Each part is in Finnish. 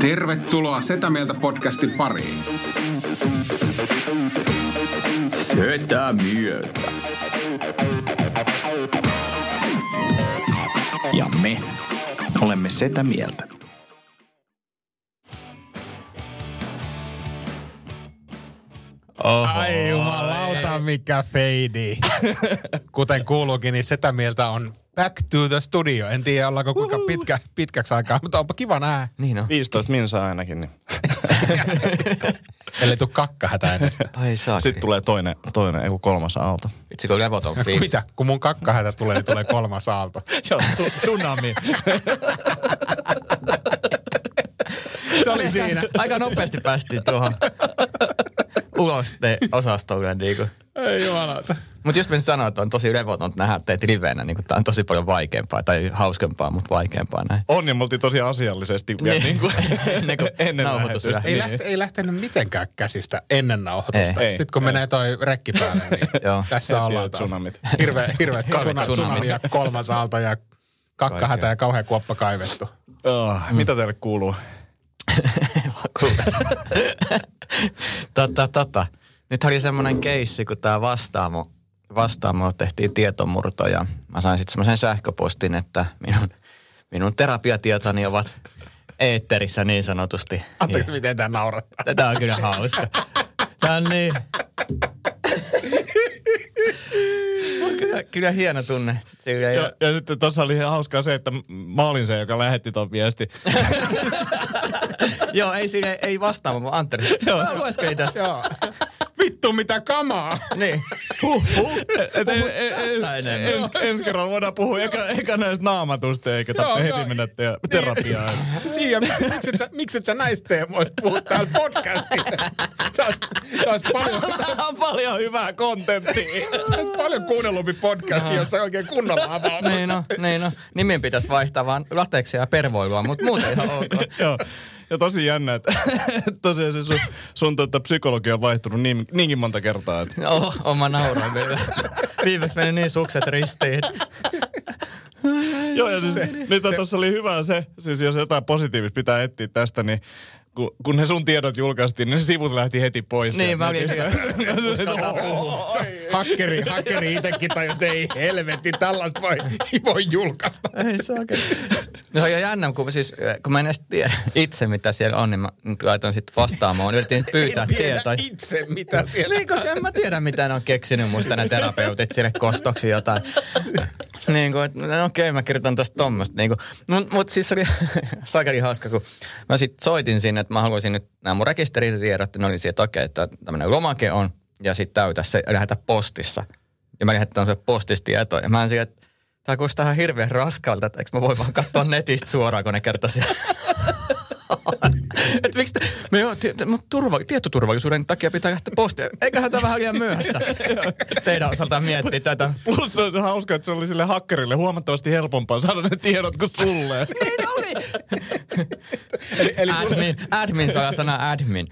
Tervetuloa Setä Mieltä podcastin pariin. Setä mieltä. Ja me olemme setä mieltä. Oho, Ai jumalauta, mikä feidi. Kuten kuuluukin, niin sitä mieltä on back to the studio. En tiedä, ollaanko kuinka pitkä, pitkäksi aikaa, mutta onpa kiva nää. Niin on. 15 minsaa ainakin, niin Eli tuu kakkahätä edestä. Ai saa. sitten tulee toinen, toinen, ei kun kolmas aalto. Vitsi, kun levoton fiilis. Mitä? Kun mun kakkahätä tulee, niin tulee kolmas aalto. Niin. Joo, tu- tsunami. Se oli siinä. Aika nopeasti päästiin tuohon ulos te osastolle niinku. Ei jumalauta. Mutta just mä sanoin, että on tosi levoton nähdä teet livenä, niin tää on tosi paljon vaikeampaa tai hauskempaa, mutta vaikeampaa näin. On ja me oltiin tosi asiallisesti vielä niin kuin ennen kuin ennen nauhoitus lähetystä. Ei, Niin. läht, ei lähtenyt mitenkään käsistä ennen nauhoitusta. Ei, Ei, ei, Sitten kun ei. menee toi rekki päälle, niin Joo. tässä Heti ollaan on taas. tsunamit. Hirveä, hirveä tsunami, tsunami ja kolmas aalto ja kakkahätä Kaikkea. ja kauhean kuoppa kaivettu. Oh, mitä teille kuuluu? Tota, tota. Nyt oli semmoinen keissi, kun tämä vastaamo, vastaamo tehtiin tietomurto ja mä sain sitten semmoisen sähköpostin, että minun, minun terapiatietoni ovat eetterissä niin sanotusti. Anteeksi, miten tämä naurattaa. Tätä on kyllä hauska. Tämä on niin. Kyllä, kyllä hieno tunne. Sillä Ja, ja sitten tuossa oli ihan hauskaa se, että m- mä olin se, joka lähetti ton viesti. joo, ei, sille, ei vastaava, vaan Antteri. Mä lueskelin tässä. Joo. Vittu, mitä kamaa! Niin. Huh, huh. Et, en, en, tästä en, enemmän. ens, ensi kerralla voidaan puhua eka, eka näistä naamatusta, eikä tarvitse joo. heti mennä te- terapiaan. Niin, ja miksi, miksi, et sä, miksi et sä näistä teemoista puhu täällä podcastilla? Taas, taas paljon, Tää on paljon hyvää kontenttia. taas paljon kuunnellumpi podcast, jossa ei oikein kunnolla avautuu. Niin no, niin no. Nimen pitäisi vaihtaa vaan lateksia ja pervoilua, mutta muuten ihan ok. Joo. Ja tosi jännä, että tosiaan se sun, sun tota, psykologi on vaihtunut niin, niinkin monta kertaa. Että. Joo, on mä nauroin kyllä. Viimeksi meni niin sukset ristiin. Joo, ja siis nyt on, tossa oli hyvä se, siis jos jotain positiivista pitää etsiä tästä, niin kun, kun ne sun tiedot julkaistiin, niin ne sivut lähti heti pois. Niin, Ja- mä olin siellä. Ja se- tota, se- Hakkeri, hakkeri itsekin tai jos ei helvetti, tällaista voi, voi julkaista. Ei saa No se on jo jännä, kun, siis, kun mä en edes tiedä itse, mitä siellä on, niin mä nyt laitoin sitten vastaamaan. Yritin pyytää en tiedä tietoa. itse, mitä siellä... Niin, koska en mä tiedä, mitä ne on keksinyt musta ne terapeutit sille kostoksi jotain. Niin kuin, että no okei, mä kirjoitan tosta tommosta. Niin kuin. Mut, mut siis oli sakeli hauska, kun mä sit soitin sinne, että mä haluaisin nyt nämä mun rekisteritiedot, ne oli siitä, että okei, että tämmönen lomake on, ja sit täytä se ja lähetä postissa. Ja mä lähetin sulle postistietoja. Ja mä en sille, että tää kuulostaa ihan hirveän raskalta, että eikö mä voi vaan katsoa netistä suoraan, kun ne kertoo siellä. Et miksi te, me joo, tie, mut turva, tietoturvallisuuden takia pitää lähteä postia. Eiköhän tämä vähän liian myöhäistä teidän osaltaan miettiä tätä. Plus se on hauska, että se oli sille hakkerille huomattavasti helpompaa saada ne tiedot kuin sulle. Niin oli. Eli, eli sulle, Admin, admin saa sana admin.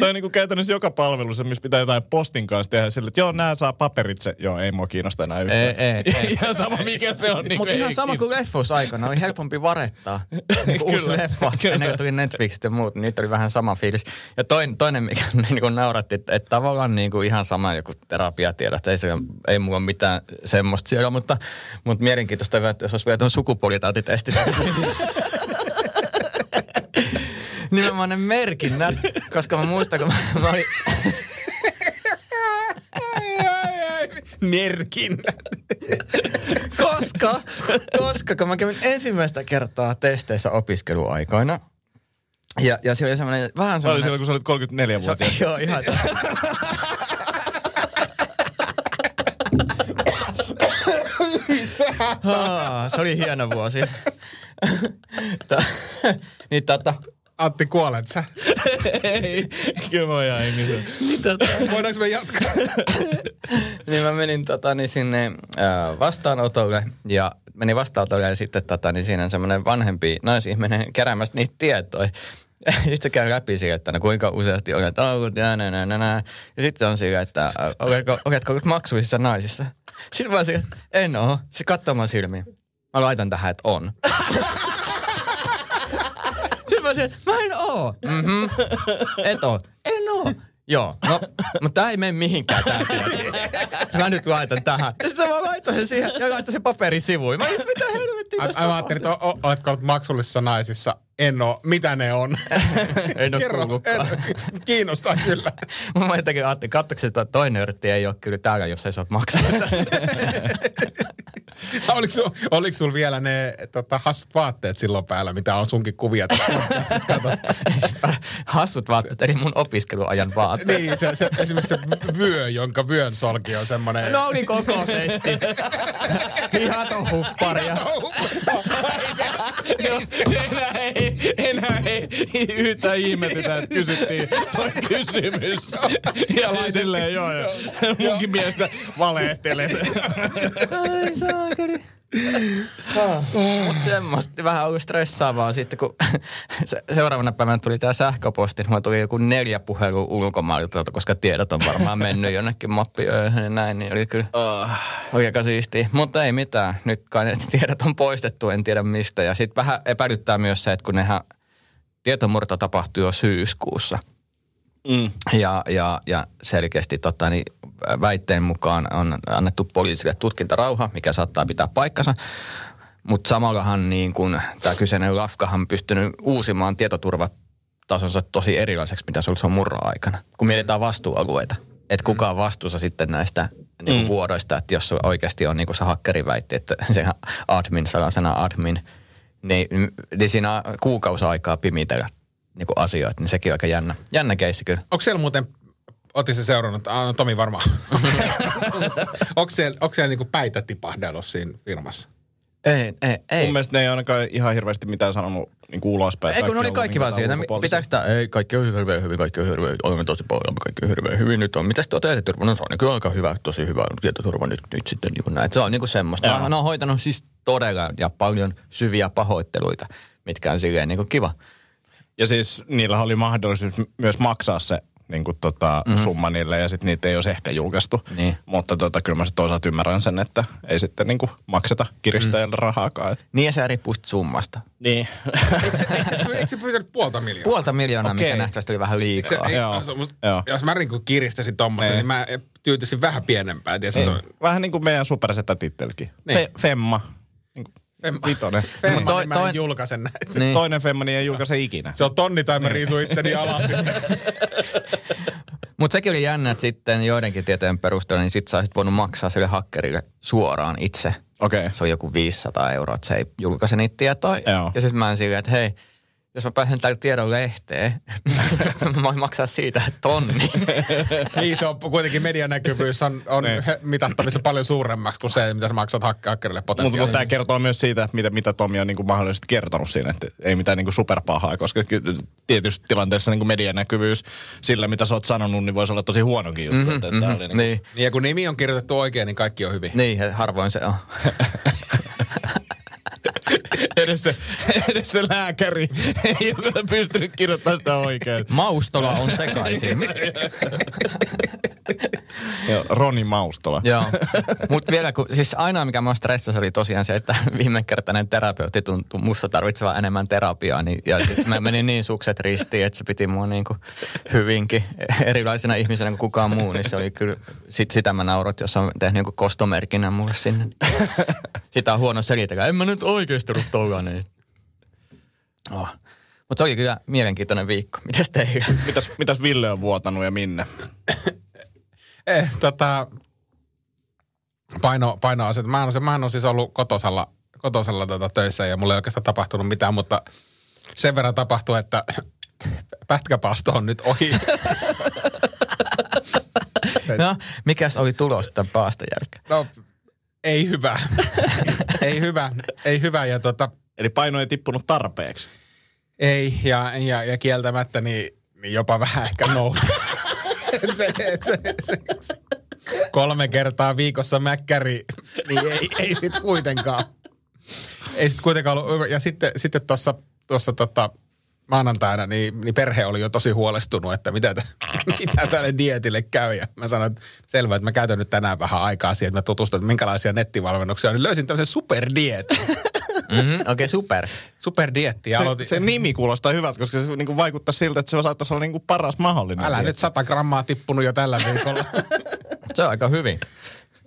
tai niinku käytännössä joka palvelussa, missä pitää jotain postin kanssa tehdä sille, että joo, nää saa paperitse. Joo, ei mua kiinnosta enää yhtään. Ei, ei, ei. Ihan sama mikä se on. Niin Mutta ihan sama kuin leffous aikana, oli helpompi varettaa niin kuin uusi Kyllä, leffa, kyllä. ennen kuin tuli Netflix ja muut, niin niitä oli vähän sama fiilis. Ja toin, toinen, mikä niin kuin nauratti, että, että tavallaan niin kuin ihan sama joku terapiatiedot, että ei, se, ei mulla ole mitään semmoista siellä, mutta, mutta mielenkiintoista, vielä, että jos olisi vielä tuon sukupuolitautitestit. Nimenomaan ne merkinnät, koska mä muistan, kun mä, mä olin, merkinnät. koska, koska kun mä kävin ensimmäistä kertaa testeissä opiskeluaikoina, ja, ja siellä oli semmoinen vähän Oli semmoinen... silloin, kun sä olit 34-vuotias. Se, joo, ihan totta. Aa, se oli hieno vuosi. Tää- niin tota, Antti, kuolet sä? ei, kyllä mä oon ihan hengissä. Voidaanko me jatkaa? niin mä menin tota, niin sinne ää, vastaanotolle ja menin vastaanotolle ja sitten tota, niin siinä on semmoinen vanhempi naisihminen keräämässä niitä tietoja. Sitten se käy läpi sille, että no kuinka useasti olet ollut ja nä, nä, nä, nä. Ja sitten on sille, että ä, oletko, oletko ollut maksullisissa naisissa? Sitten mä oon sille, että en oo. Se katsoo mun silmiin. Mä laitan tähän, että on. Sitten mä mä sen, mä en oo. Mhm. Et oo. En oo. Joo, no, mutta tää ei mene mihinkään tää tieto. Mä nyt laitan tähän. Ja sitten mä vaan laitoin sen siihen ja laitoin sen paperin sivuun. Mä olin, mitä helvettiä Ai- tästä ai Mä ajattelin, että o- o- oletko ollut maksullisissa naisissa. En oo. Mitä ne on? tapahtuu? En oo Kerro. kuullutkaan. En, kiinnostaa kyllä. Mä jotenkin ajattelin, katsoksi, että toinen yrtti ei ole kyllä täällä, jos ei se ole maksanut tästä. Oliko, sul, oliko sul vielä ne tota, hassut vaatteet silloin päällä, mitä on sunkin kuvia? tässä? Kato. Hassut vaatteet, eli mun opiskeluajan vaatteet. niin, se, se, esimerkiksi se vyö, jonka vyön solki on semmoinen... No oli koko setti. Hihaton hupparia. enää ei, enää ei yhtä ihmetytä, että Niin kysyttiin toi kysymys. Ja oli silleen, joo, joo. Munkin mielestä valehtelet. Ai saakeli. Ah. Mut semmoista vähän ollut stressaavaa sitten, kun se, seuraavana päivänä tuli tää sähköposti, niin mulla tuli joku neljä puhelua ulkomailta, koska tiedot on varmaan mennyt jonnekin mappiöihin ja näin, niin oli kyllä oli aika siistiä. Mutta ei mitään, nyt kai ne tiedot on poistettu, en tiedä mistä. Ja sitten vähän epäilyttää myös se, että kun nehän tietomurto tapahtui jo syyskuussa, Mm. ja, ja, ja selkeästi tota, niin väitteen mukaan on annettu poliisille tutkintarauha, mikä saattaa pitää paikkansa. Mutta samallahan niin kun tämä kyseinen lafkahan on pystynyt uusimaan tietoturvatasonsa tosi erilaiseksi, mitä se oli silloin murra-aikana, kun mietitään vastuualueita. Että kuka on vastuussa sitten näistä niin mm. vuodoista, että jos sulla oikeasti on niin kuin se hakkeri väitti, että se admin, salasana admin, niin, niin siinä on kuukausaikaa pimitellä niin kuin asioita, niin sekin on aika jännä. Jännä keissi kyllä. Onko siellä muuten, otin se seurannut, ah, no Tomi varmaan. onko siellä, onko siellä niinku päitä tipahdellut siinä firmassa? Ei, ei, Mun ei. mielestä ne ei ainakaan ihan hirveästi mitään sanonut niin kuin ulospäin. Ei kun on oli ollut kaikki vaan niinku siinä. jotain ulkopuolisia. Pitääkö tämä, ei kaikki on hirveän hyvin, kaikki on hirveän, olemme tosi paljon, kaikki on hirveän hyvin nyt on. Mitäs tuo tietoturva? No se on niin kyllä aika hyvä, tosi hyvä tietoturva nyt, nyt sitten niin kuin näin. Et Se on niin kuin semmoista. Joo. Mä oon hoitanut siis todella ja paljon syviä pahoitteluita, mitkä on silleen niin kuin kiva. Ja siis niillä oli mahdollisuus m- myös maksaa se niin kuin tota, mm-hmm. summa niille ja sitten niitä ei olisi ehkä julkaistu. Mhm. Niin. Mutta tota, kyllä mä sit toisaalta ymmärrän sen, että ei sitten niin kuin makseta kiristäjälle mm. rahaakaan. Niin ja se riippuu sit summasta. Niin. Eikö se, eikö se, eikö se pyytänyt puolta miljoonaa? Puolta miljoonaa, mikä Okei. nähtävästi oli vähän liikaa. se, ei, Joo. se, musta, Joo. Jos mä niinku kiristäisin tommosen, Ei. niin mä tyytyisin vähän pienempään. Tiedätkö, toi, Vähän niin kuin meidän supersetä tittelkin. Niin. Niin. Fe- femma. Niin kuin Femma. Vitonen. Femma, Toi- toi, mä toi- en julkaisen näitä. Niin. Toinen femma niin ei julkaise ikinä. Se on tonni tai mä Niin. riisun itteni alas. Mutta sekin oli jännä, että sitten joidenkin tietojen perusteella, niin sit sä olisit voinut maksaa sille hakkerille suoraan itse. Okei. Okay. Se on joku 500 euroa, että se ei julkaise niitä tietoja. Joo. Ja sitten mä en silleen, että hei, jos mä pääsen tällä tiedon lehteen, mä voin maksaa siitä tonni. niin, se on kuitenkin medianäkyvyys on, on Niin. he- mitattavissa paljon suuremmaksi kuin se, mitä sä maksat hakke- hakkerille Mutta mut tämä potentiaalisesti. kertoo myös siitä, että mitä, mitä Tomi on niinku mahdollisesti kertonut siinä, että ei mitään niinku superpahaa, koska ky- tietysti tilanteessa niinku medianäkyvyys sillä, mitä sä oot sanonut, niin voisi olla tosi huonokin juttu. Mm-hmm, että, että mm-hmm, oli niinku, niin, Niin, ja kun nimi on kirjoitettu oikein, niin kaikki on hyvin. niin, ja harvoin se on. edes, se, edes se lääkäri ei ole pystynyt kirjoittamaan sitä oikein. Maustola on sekaisin. Joo, Roni Maustola. Joo. Mutta vielä, kun, siis ainoa mikä mä stressasi oli tosiaan se, että viime kertainen terapeutti tuntui musta tarvitsevan enemmän terapiaa. Niin, ja sit mä menin niin sukset ristiin, että se piti mua niinku hyvinkin erilaisena ihmisenä kuin kukaan muu. Niin se oli kyllä, sit, sitä mä naurot, jos on tehnyt jonkun kostomerkinnän mulle sinne. niin Sitä on huono selitellä. En mä nyt oikeasti ollut tollanen. Oh. Mutta se oli kyllä mielenkiintoinen viikko. Mites teillä? Mitäs, mitäs Ville on vuotanut ja minne? Eh, tota, paino, painoaset. Mä en, oo se- mä en ole siis ollut kotosalla, kotosalla tota töissä ja mulla ei oikeastaan tapahtunut mitään, mutta sen verran tapahtui, että pätkäpaasto on nyt ohi. Se- No, mikäs oli tulos tämän paaston jälkeen? no, ei hyvä. ei hyvä, ei hyvä ja tota, Eli paino ei tippunut tarpeeksi. Ei, ja, ja, ja kieltämättä niin, niin jopa vähän ehkä nousi. se, se, se, se. Kolme kertaa viikossa mäkkäri, niin ei, ei sit kuitenkaan. Ei sit kuitenkaan ollut. hyvä. Ja sitten, sitten tuossa tuossa tota, maanantaina, niin, niin, perhe oli jo tosi huolestunut, että mitä, tä, mitä tälle dietille käy. Ja mä sanoin, että selvä, että mä käytän nyt tänään vähän aikaa siihen, että mä tutustun, että minkälaisia nettivalmennuksia on. Niin löysin tämmöisen superdietin. Mm-hmm. Okei, okay, super. Superdietti. Se, Aloitin. se nimi kuulostaa hyvältä, koska se niinku vaikuttaa siltä, että se saattaisi olla niinku paras mahdollinen. Älä dieetti. nyt sata grammaa tippunut jo tällä viikolla. Se on aika hyvin.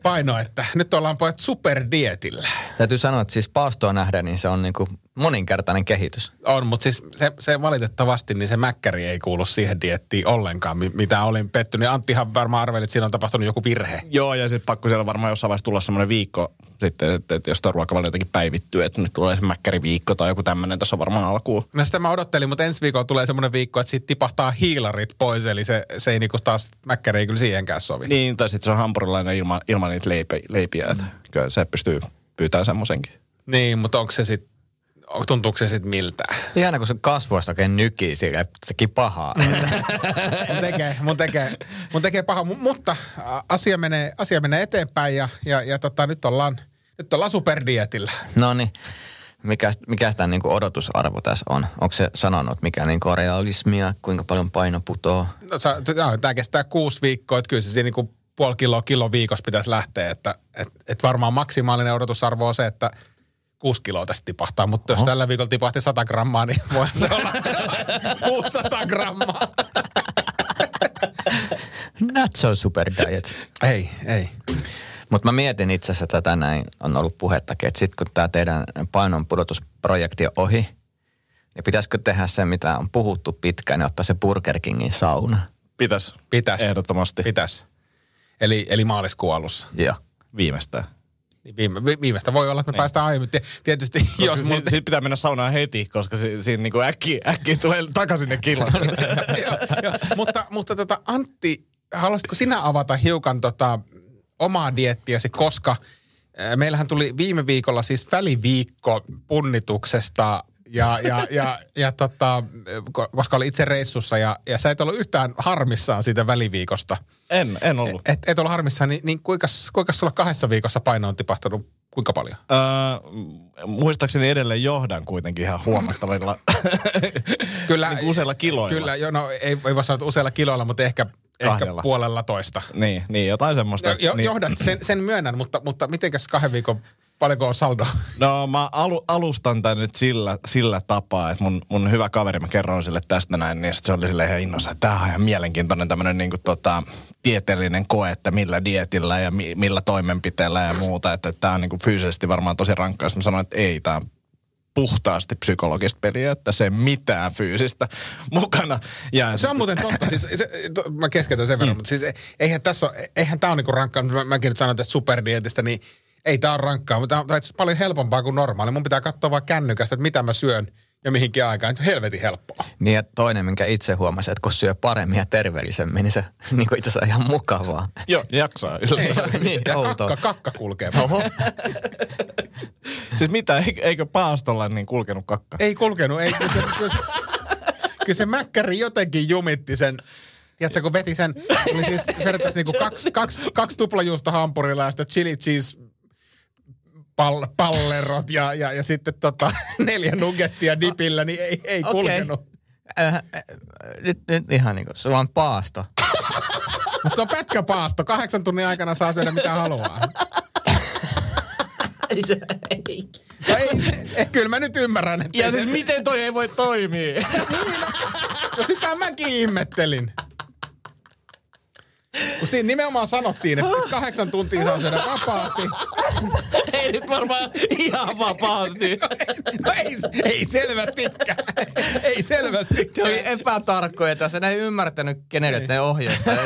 Paino, että nyt ollaan pojat superdietillä. Täytyy sanoa, että siis paastoa nähdä, niin se on niinku moninkertainen kehitys. On, mutta siis se, se, valitettavasti, niin se mäkkäri ei kuulu siihen diettiin ollenkaan, mi- mitä olin pettynyt. Anttihan varmaan arveli, että siinä on tapahtunut joku virhe. Joo, ja sitten pakko siellä varmaan jossain vaiheessa tulla semmoinen viikko sitten, että, että jos tuo ruokavalio jotenkin päivittyy, että nyt tulee se mäkkäriviikko tai joku tämmöinen tässä varmaan alkuun. No sitä mä odottelin, mutta ensi viikolla tulee semmoinen viikko, että siitä tipahtaa hiilarit pois, eli se, se ei niinku taas, mäkkäri ei kyllä siihenkään sovi. Niin, tai sitten se on hampurilainen ilman, ilman niitä leipä, leipiä, että kyllä se pystyy pyytämään semmoisenkin. Niin, mutta onko se sitten, tuntuuko se sitten miltään? Ihana, kun se kasvoista oikein nykii sillä, että sekin pahaa. mun tekee, mun tekee, mun tekee paha. Mu- Mutta ä, asia menee, asia menee eteenpäin ja, ja, ja tota, nyt ollaan, nyt ollaan superdietillä. no niin. Mikä, mikä tämän niinku odotusarvo tässä on? Onko se sanonut, mikä niinku on realismia, kuinka paljon paino putoaa? No, sa- t- joo, tää kestää kuusi viikkoa, että kyllä se siinä niinku puoli kiloa, kilo viikossa pitäisi lähteä. Että et, et varmaan maksimaalinen odotusarvo on se, että kuusi kiloa tästä tipahtaa, mutta jos tällä viikolla tipahti 100 grammaa, niin voi se olla sellainen 600 grammaa. Not so super diet. Ei, ei. Mutta mä mietin itse asiassa tätä näin, on ollut puhettakin, että sitten kun tämä teidän painon pudotusprojekti on ohi, niin pitäisikö tehdä se, mitä on puhuttu pitkään, ja ottaa se Burger Kingin sauna? Pitäis. Pitäis. Ehdottomasti. Pitäisi. Eli, eli maaliskuun alussa. Joo. Viimeistään. Niin Viime, vi- viimeistä voi olla, että me päästään aiemmin. Tie- Tietysti, jos Jos mulla si- sit pitää mennä saunaan heti, koska si- siinä niinku äkkiä, äkkiä tulee takaisin ne kilot. Joo, joo. mutta mutta tota, Antti, haluaisitko sinä avata hiukan tota, omaa diettiäsi, koska äh, meillähän tuli viime viikolla siis väliviikko punnituksesta ja, ja, ja, ja tota, ko- koska oli itse reissussa ja, ja sä et ollut yhtään harmissaan siitä väliviikosta. en, en ollut. Et, et ollut harmissaan, niin, niin kuinka, kuinka sulla kahdessa viikossa paino on tipahtanut kuinka paljon? Öö, muistaakseni edelleen johdan kuitenkin ihan huomattavilla Kyllä, niin useilla kiloilla. Kyllä, joo, no ei, ei voi sanoa, että useilla kiloilla, mutta ehkä, ehkä Kahdella. puolella toista. Niin, niin jotain semmoista. Jo, No, jo, niin. johdat, sen, sen myönnän, mutta, mutta mitenkäs kahden viikon, paljonko on saldo? No mä alu, alustan tämän nyt sillä, sillä tapaa, että mun, mun hyvä kaveri, mä kerroin sille tästä näin, niin sit se oli sille ihan innossa, että tämä on ihan mielenkiintoinen tämmöinen niin tota, tieteellinen koe, että millä dietillä ja mi, millä toimenpiteellä ja muuta, että tämä on niin kuin fyysisesti varmaan tosi rankkaa. Sitten mä sanoin, että ei, tämä puhtaasti psykologista peliä, että se ei mitään fyysistä mukana. Ja Se on muuten totta, siis, se, to, mä keskeytän sen Niin. verran, mm. mutta siis e- eihän tässä ole, eihän tämä on niinku rankkaa, mä, mäkin nyt sanon tästä superdietistä, niin ei tämä ole rankkaa, mutta tämä on itse asiassa paljon helpompaa kuin normaali. Mun pitää katsoa vaan kännykästä, että mitä mä syön ja mihinkin aikaan. Se on helvetin helppoa. Niin ja toinen, minkä itse huomasin, että kun syö paremmin ja terveellisemmin, niin se niin itse asiassa on ihan mukavaa. Joo, jaksaa. Kyllä. Ei, niin, ja outoa. kakka, kakka kulkee. Oho. Siis mitä, eikö, eikö paastolla niin kulkenut kakka? Ei kulkenut, ei. Kyllä se, kyllä se, kyllä se mäkkäri jotenkin jumitti sen. Tiedätkö, kun veti sen, oli siis vertaisi niinku kaksi, kaksi, kaksi tuplajuusta hampurilla ja sitten chili cheese pal, pallerot ja, ja, ja sitten tota, neljä nuggettia dipillä, niin ei, ei Okei. kulkenut. Okay. Äh, äh, nyt, nyt ihan niin kuin, se on paasto. Se on pätkäpaasto. Kahdeksan tunnin aikana saa syödä mitä haluaa. No ei, se- eh, kyllä mä nyt ymmärrän. Että Ja ei siis se- miten toi ei voi toimia? No sitä mäkin ihmettelin. Kun siinä nimenomaan sanottiin, että kahdeksan tuntia saa syödä vapaasti. ei nyt varmaan ihan vapaasti. No ei, ei selvästikään. Ei selvästi. Ne oli epätarkkoja tässä. Ne ei ymmärtänyt, kenelle ne ohjeet. niin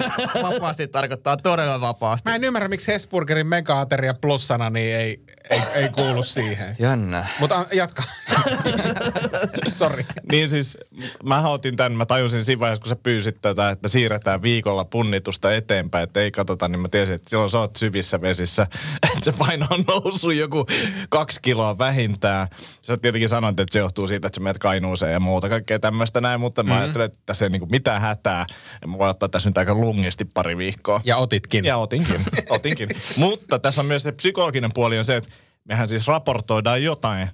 Vapaasti tarkoittaa todella vapaasti. Mä en ymmärrä, miksi Hesburgerin megaateria plussana niin ei, ei, ei kuulu siihen. Jännä. Mutta a- jatka. Sori. Niin siis mä otin tämän, mä tajusin siinä vaiheessa, kun sä pyysit tätä, että siirretään viikolla punnitusta eteenpäin, että ei katsota, niin mä tiesin, että silloin sä oot syvissä vesissä, että se paino on noussut joku kaksi kiloa vähintään. Sä tietenkin sanoit, että se johtuu siitä, että sä menet kainuuseen ja muuta kaikkea tämmöistä näin, mutta mä mm-hmm. ajattelin, että tässä ei niinku mitään hätää. Ja mä voin ottaa tässä nyt aika lungisti pari viikkoa. Ja otitkin. Ja otinkin, otinkin. Mutta tässä on myös se psykologinen puoli on se, että mehän siis raportoidaan jotain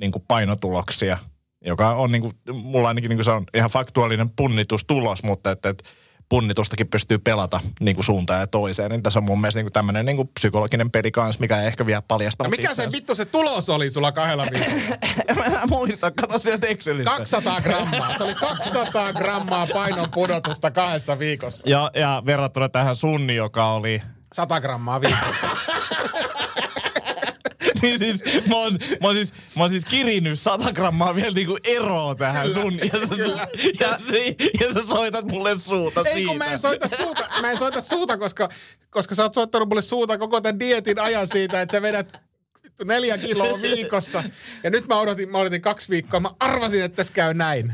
niin kuin painotuloksia, joka on niin kuin, mulla ainakin niin kuin se on ihan faktuaalinen punnitustulos, mutta että, että punnitustakin pystyy pelata niin kuin suuntaan ja toiseen. Niin tässä on mun mielestä niin kuin tämmöinen niin kuin psykologinen peli kanssa, mikä ei ehkä vielä paljastaa. No mikä se vittu se tulos oli sulla kahdella viikolla? En mä enää muista, kato sieltä Excelistä. 200 grammaa. Se oli 200 grammaa painon pudotusta kahdessa viikossa. Ja, ja verrattuna tähän sunni, joka oli 100 grammaa viikossa. niin siis, mä oon, mä oon siis, mä oon siis kirinyt 100 grammaa vielä niinku eroa tähän sun. Ja sä, ja, sä, ja sä soitat mulle suuta Ei No siitä. kun mä en soita suuta, mä en soita suuta koska, koska sä oot soittanut mulle suuta koko tämän dietin ajan siitä, että sä vedät vittu neljä kiloa viikossa. Ja nyt mä odotin, mä odotin kaksi viikkoa. Mä arvasin, että tässä käy näin.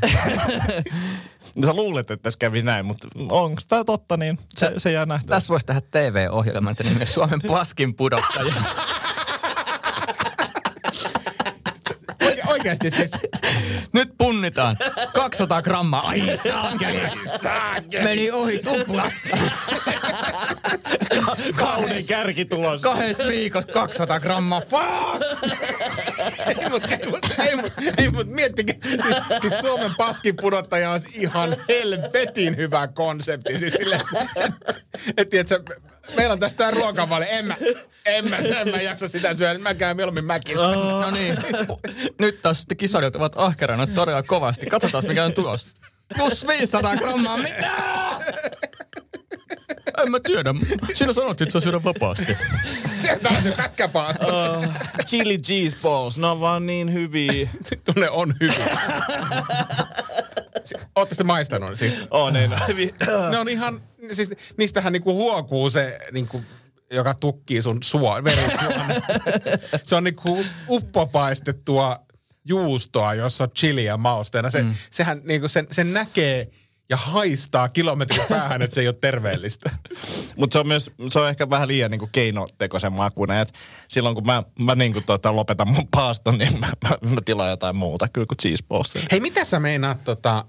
Sä luulet, että tässä kävi näin, mutta onko tää totta, niin se, se jää nähtäväksi. Tässä voisi tehdä TV-ohjelman, se nimi on Suomen paskin pudottaja. Oike, oikeasti siis. Nyt punnitaan. 200 grammaa. Ai saakeli. Meni ohi tuplat. Kauden kärkitulos. Kahdessa viikossa 200 grammaa. Fuck! Ei, mut, ei, mut, ei, mut, ei, mut miettikää. Siis, siis Suomen paskin pudottaja on ihan helvetin hyvä konsepti. Siis sille, et, tiedätkö, meillä on tästä tää ruokavali. En mä, en mä, en mä jaksa sitä syödä. Mä käyn mieluummin mäkissä. No niin. Nyt taas sitten kisailijat ovat ahkerana todella kovasti. Katsotaan, mikä on tulos. Plus 500 grammaa. Mitä? En mä tiedä. Siinä sanottiin, että saa syödä vapaasti. Sieltä on se pätkäpaasto. Uh, chili cheese balls, ne on vaan niin hyviä. Vittu, ne on hyviä. Si- Ootte sitten maistanut siis. On, niin. Ne on ihan, siis niistähän niinku huokuu se, niinku, joka tukkii sun suon, verisuon. se on niinku uppopaistettua juustoa, jossa on chiliä mausteena. Se, mm. Sehän niinku sen, sen näkee ja haistaa kilometrin päähän, että se ei ole terveellistä. Mutta se on myös, se on ehkä vähän liian niinku keinotekoisen makuinen. Et silloin kun mä, mä niinku tota, lopetan mun paaston, niin mä, mä, mä tilaan jotain muuta kyllä kuin cheese ballsia. Hei, mitä sä meinaat tota,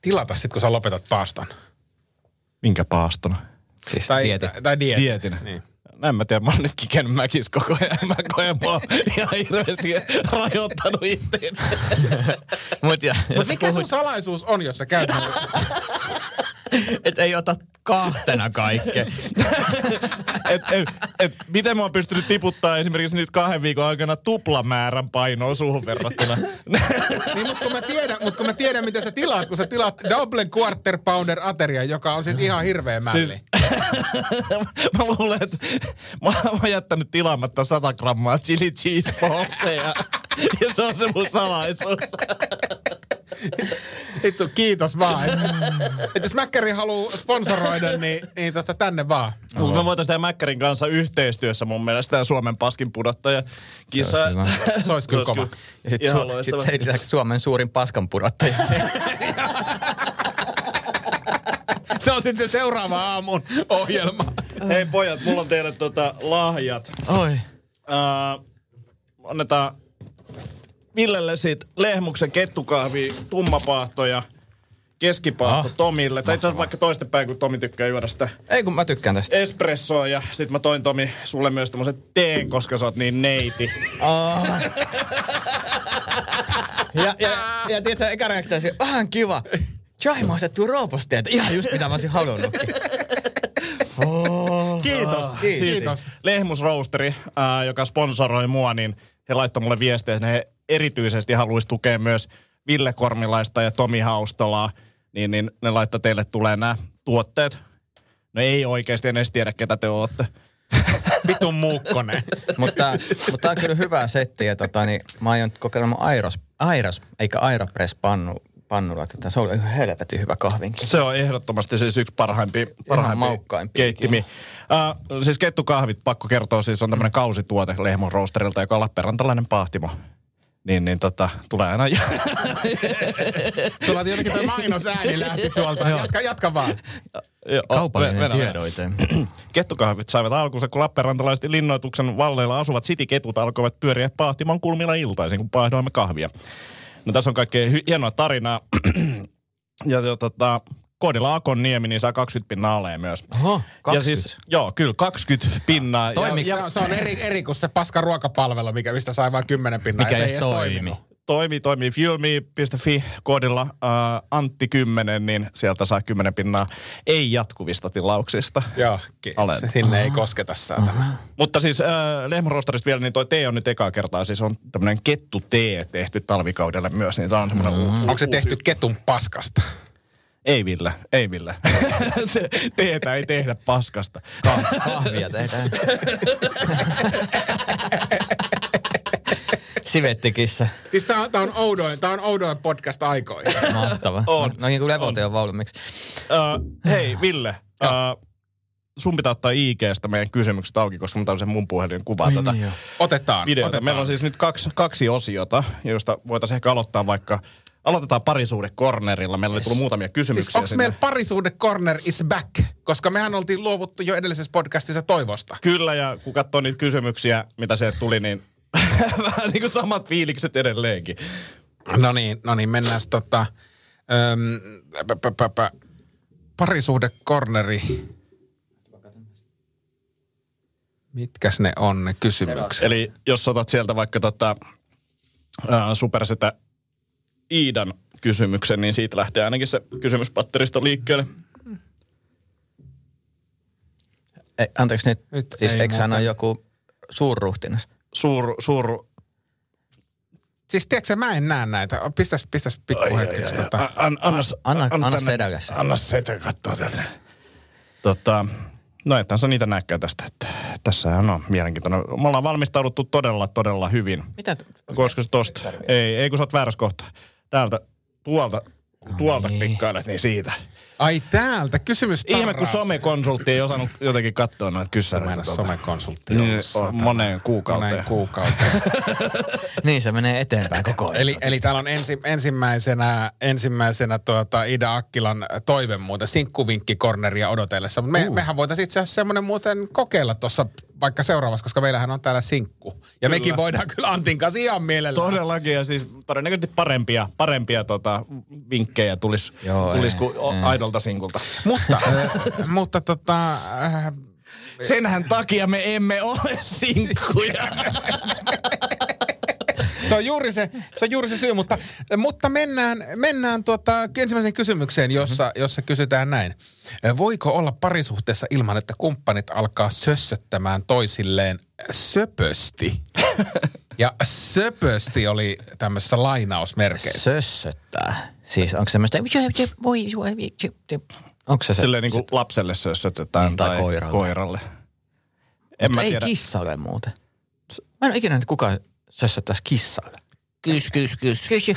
tilata sit, kun sä lopetat paastan? Minkä paastona? Siis Tai, dietin. tai, tai dietin. Dietinä. Niin. Niin. En mä tiedä, mä oon nyt kikennyt mäkis koko ajan. Mä koen mua ihan hirveästi rajoittanut itteen. Mut, ja, Mut mikä sun salaisuus on, jos sä käyt et ei ota kahtena kaikkea. Et, et, et, miten mä oon pystynyt tiputtaa esimerkiksi nyt kahden viikon aikana tuplamäärän painoa suhun verrattuna. Niin, mutta kun mä tiedän, mut kun mä tiedän, mitä sä tilaat, kun sä tilaat double quarter pounder ateria, joka on siis ihan hirveä mälli. Siis, Siis- mä luulen, että mä, mä oon jättänyt tilaamatta 100 grammaa chili cheese ballsia. Ja se on se mun salaisuus. Vittu, kiitos vaan. Et, et jos Mäkkäri haluaa sponsoroida, niin, niin tota, tänne vaan. Mutta me voitaisiin tehdä Mäkkärin kanssa yhteistyössä mun mielestä tämä Suomen paskin pudottaja kisa. Se olisi Se olisi kyllä kova. Ja sit, Ihan su- sit loistava. sen lisäksi Suomen suurin paskan pudottaja. Se- Se on sitten se seuraava aamun ohjelma. Hei pojat, mulla on teille tota lahjat. Oi. Äh, annetaan Villelle sit Lehmuksen kettukahvi, tummapahtoja, Ah. keskipaahto Tomille. Tai itse asiassa vaikka toistepäin, kun Tomi tykkää juoda sitä Ei kun mä tykkään tästä. espressoa. Ja sit mä toin Tomi sulle myös tommosen teen, koska sä oot niin neiti. Ja, ja, ja tiedätkö, eka reaktio on se, vähän kiva. Jaimo asettuu rooposteet. Ihan just mitä mä olisin halunnutkin. Kiitos, kiitos. Siis kiitos. Lehmusroosteri, ää, joka sponsoroi mua, niin he laittoi mulle viestejä, että he erityisesti haluaisi tukea myös Ville Kormilaista ja Tomi Haustolaa. Niin, niin ne laittoi teille tulee nämä tuotteet. No ei oikeasti en edes tiedä, ketä te ootte. Vitun muukkonen. mutta, mutta tää on kyllä hyvä setti. Ja tota, niin, mä aion kokeilla mun Airos, Airos eikä Aeropress pannu, pannulla. Tätä. Se on ihan helvetin hyvä kahvinkin. Se on ehdottomasti siis yksi parhaimpi, parhaimpi maukkaimpia keittimi. Äh, siis kettukahvit, pakko kertoa, siis on tämmöinen kausituote Lehmon Roasterilta, joka on Lappeenrantalainen paahtimo. Niin, niin tota, tulee aina Sulla on jotenkin toi mainosääni lähti tuolta. Jatka, jatka vaan. Joo, Kaupallinen Venäjä. tiedoite. Kettukahvit saivat alkunsa, kun Lappeenrantalaiset linnoituksen valleilla asuvat sitiketut alkoivat pyöriä paahtimaan kulmilla iltaisin, kun paahdoimme kahvia. No tässä on kaikkea hy- hienoa tarinaa. ja to- tota, koodilla Akon Niemi, niin saa 20 pinnaa aleen myös. Oho, Ja 20. siis, joo, kyllä, 20 pinnaa. Se on, se on eri, eri kuin se paska ruokapalvelu, mikä, mistä sai vain kymmenen pinnaa. Mikä ja se ei edes toimi. toiminut. toimii, toimii fuelme.fi koodilla äh, Antti 10, niin sieltä saa 10 pinnaa ei jatkuvista tilauksista. Joo, ki- Olen. sinne ei kosketa saatana. Mutta siis äh, lehmänroosterista vielä, niin toi tee on nyt ekaa kertaa. Siis on tämmöinen kettutee tehty talvikaudelle myös, niin se on semmoinen mm. Onko se tehty ketun paskasta? Ei Ville, ei Ville. Te- Teetä ei tehdä paskasta. Kahvia tehdään. Sivettikissä. Siis tää on, tää on oudoin, tää on oudoin podcast aikoihin. Mahtava. On. No niin kuin levote on valmiiksi. Äh, hei Ville, äh, sun pitää ottaa IGstä meidän kysymykset auki, koska mä tämmöisen mun puhelin kuvaa tätä niin joo. Otetaan. videota. otetaan. Meillä on siis nyt kaksi, kaksi osiota, joista voitaisiin ehkä aloittaa vaikka... Aloitetaan parisuudekornerilla. Meillä oli tullut muutamia Siis kysymyksiä onko sinne. meillä parisuuden corner is back? Koska mehän oltiin luovuttu jo edellisessä podcastissa toivosta. Kyllä, ja kun katsoo niitä kysymyksiä, mitä se tuli, niin vähän niin kuin samat fiilikset edelleenkin. No niin, no niin, mennään tota, öm, pä, pä, pä, pä, parisuudekorneri. Mitkäs ne on ne kysymykset? Eli jos otat sieltä vaikka tota, ää, supersetä Iidan kysymyksen, niin siitä lähtee ainakin se kysymyspatteristo liikkeelle. Ei, E, anteeksi nyt, Nyt nyt siis ei eikö hän muuta. ole joku suurruhtinas? Suur, suur... Siis tiedätkö, mä en näe näitä. Pistäs, pistäs pikku hetkeksi. Tota. an, annas, Anna- anna tänne- sedäkäs. Anna setä katsoa täältä. Tota, no ethän sä niitä näkään tästä. Että, tässähän on mielenkiintoinen. Me ollaan valmistauduttu todella, todella hyvin. Mitä? Koska se tosta? Ei, ei kun sä oot väärässä kohtaa. Täältä, tuolta, kun tuolta niin. klikkailet, niin siitä. Ai täältä, kysymys Ihme, kun tarraa. somekonsultti ei osannut jotenkin katsoa noita Mä en kyssäreitä. ole tuolta. somekonsultti. Niin, ollut, saatana. moneen kuukauteen. Moneen kuukauteen. Niin se menee eteenpäin koko ajan. eli, eli täällä on ensi, ensimmäisenä, ensimmäisenä tuota Ida Akkilan toive muuten, sinkkuvinkkikorneria odotellessa. Mutta me, uh. mehän voitaisiin itse asiassa semmoinen muuten kokeilla tuossa vaikka seuraavassa, koska meillähän on täällä sinkku. Ja kyllä. mekin voidaan kyllä Antin kanssa ihan mielellään. Todellakin, ja siis todennäköisesti parempia, parempia tota, vinkkejä tulisi Joo, tulis ei, Mm. kuin o- aidolta sinkulta. Mutta, äh, mutta tota, äh, Senhän takia me emme ole sinkkuja. se, on juuri se, se on juuri se syy, mutta, mutta mennään, mennään tuota, ensimmäiseen kysymykseen, jossa, jossa kysytään näin. Voiko olla parisuhteessa ilman, että kumppanit alkaa sössöttämään toisilleen söpösti? Ja söpösti oli tämmöisessä lainausmerkeissä. Sössöttää. Siis onko semmoista... Voi, voi, Onko se se? Silleen niinku, niin kuin lapselle sössötetään Niin, tai tai, koiralle. koiralle. En Mutta mä ei tiedä. kissalle muuten. Mä en ole ikinä nyt kukaan sössöttäisi kissalle. Kys, kys, kys. Kys, kys,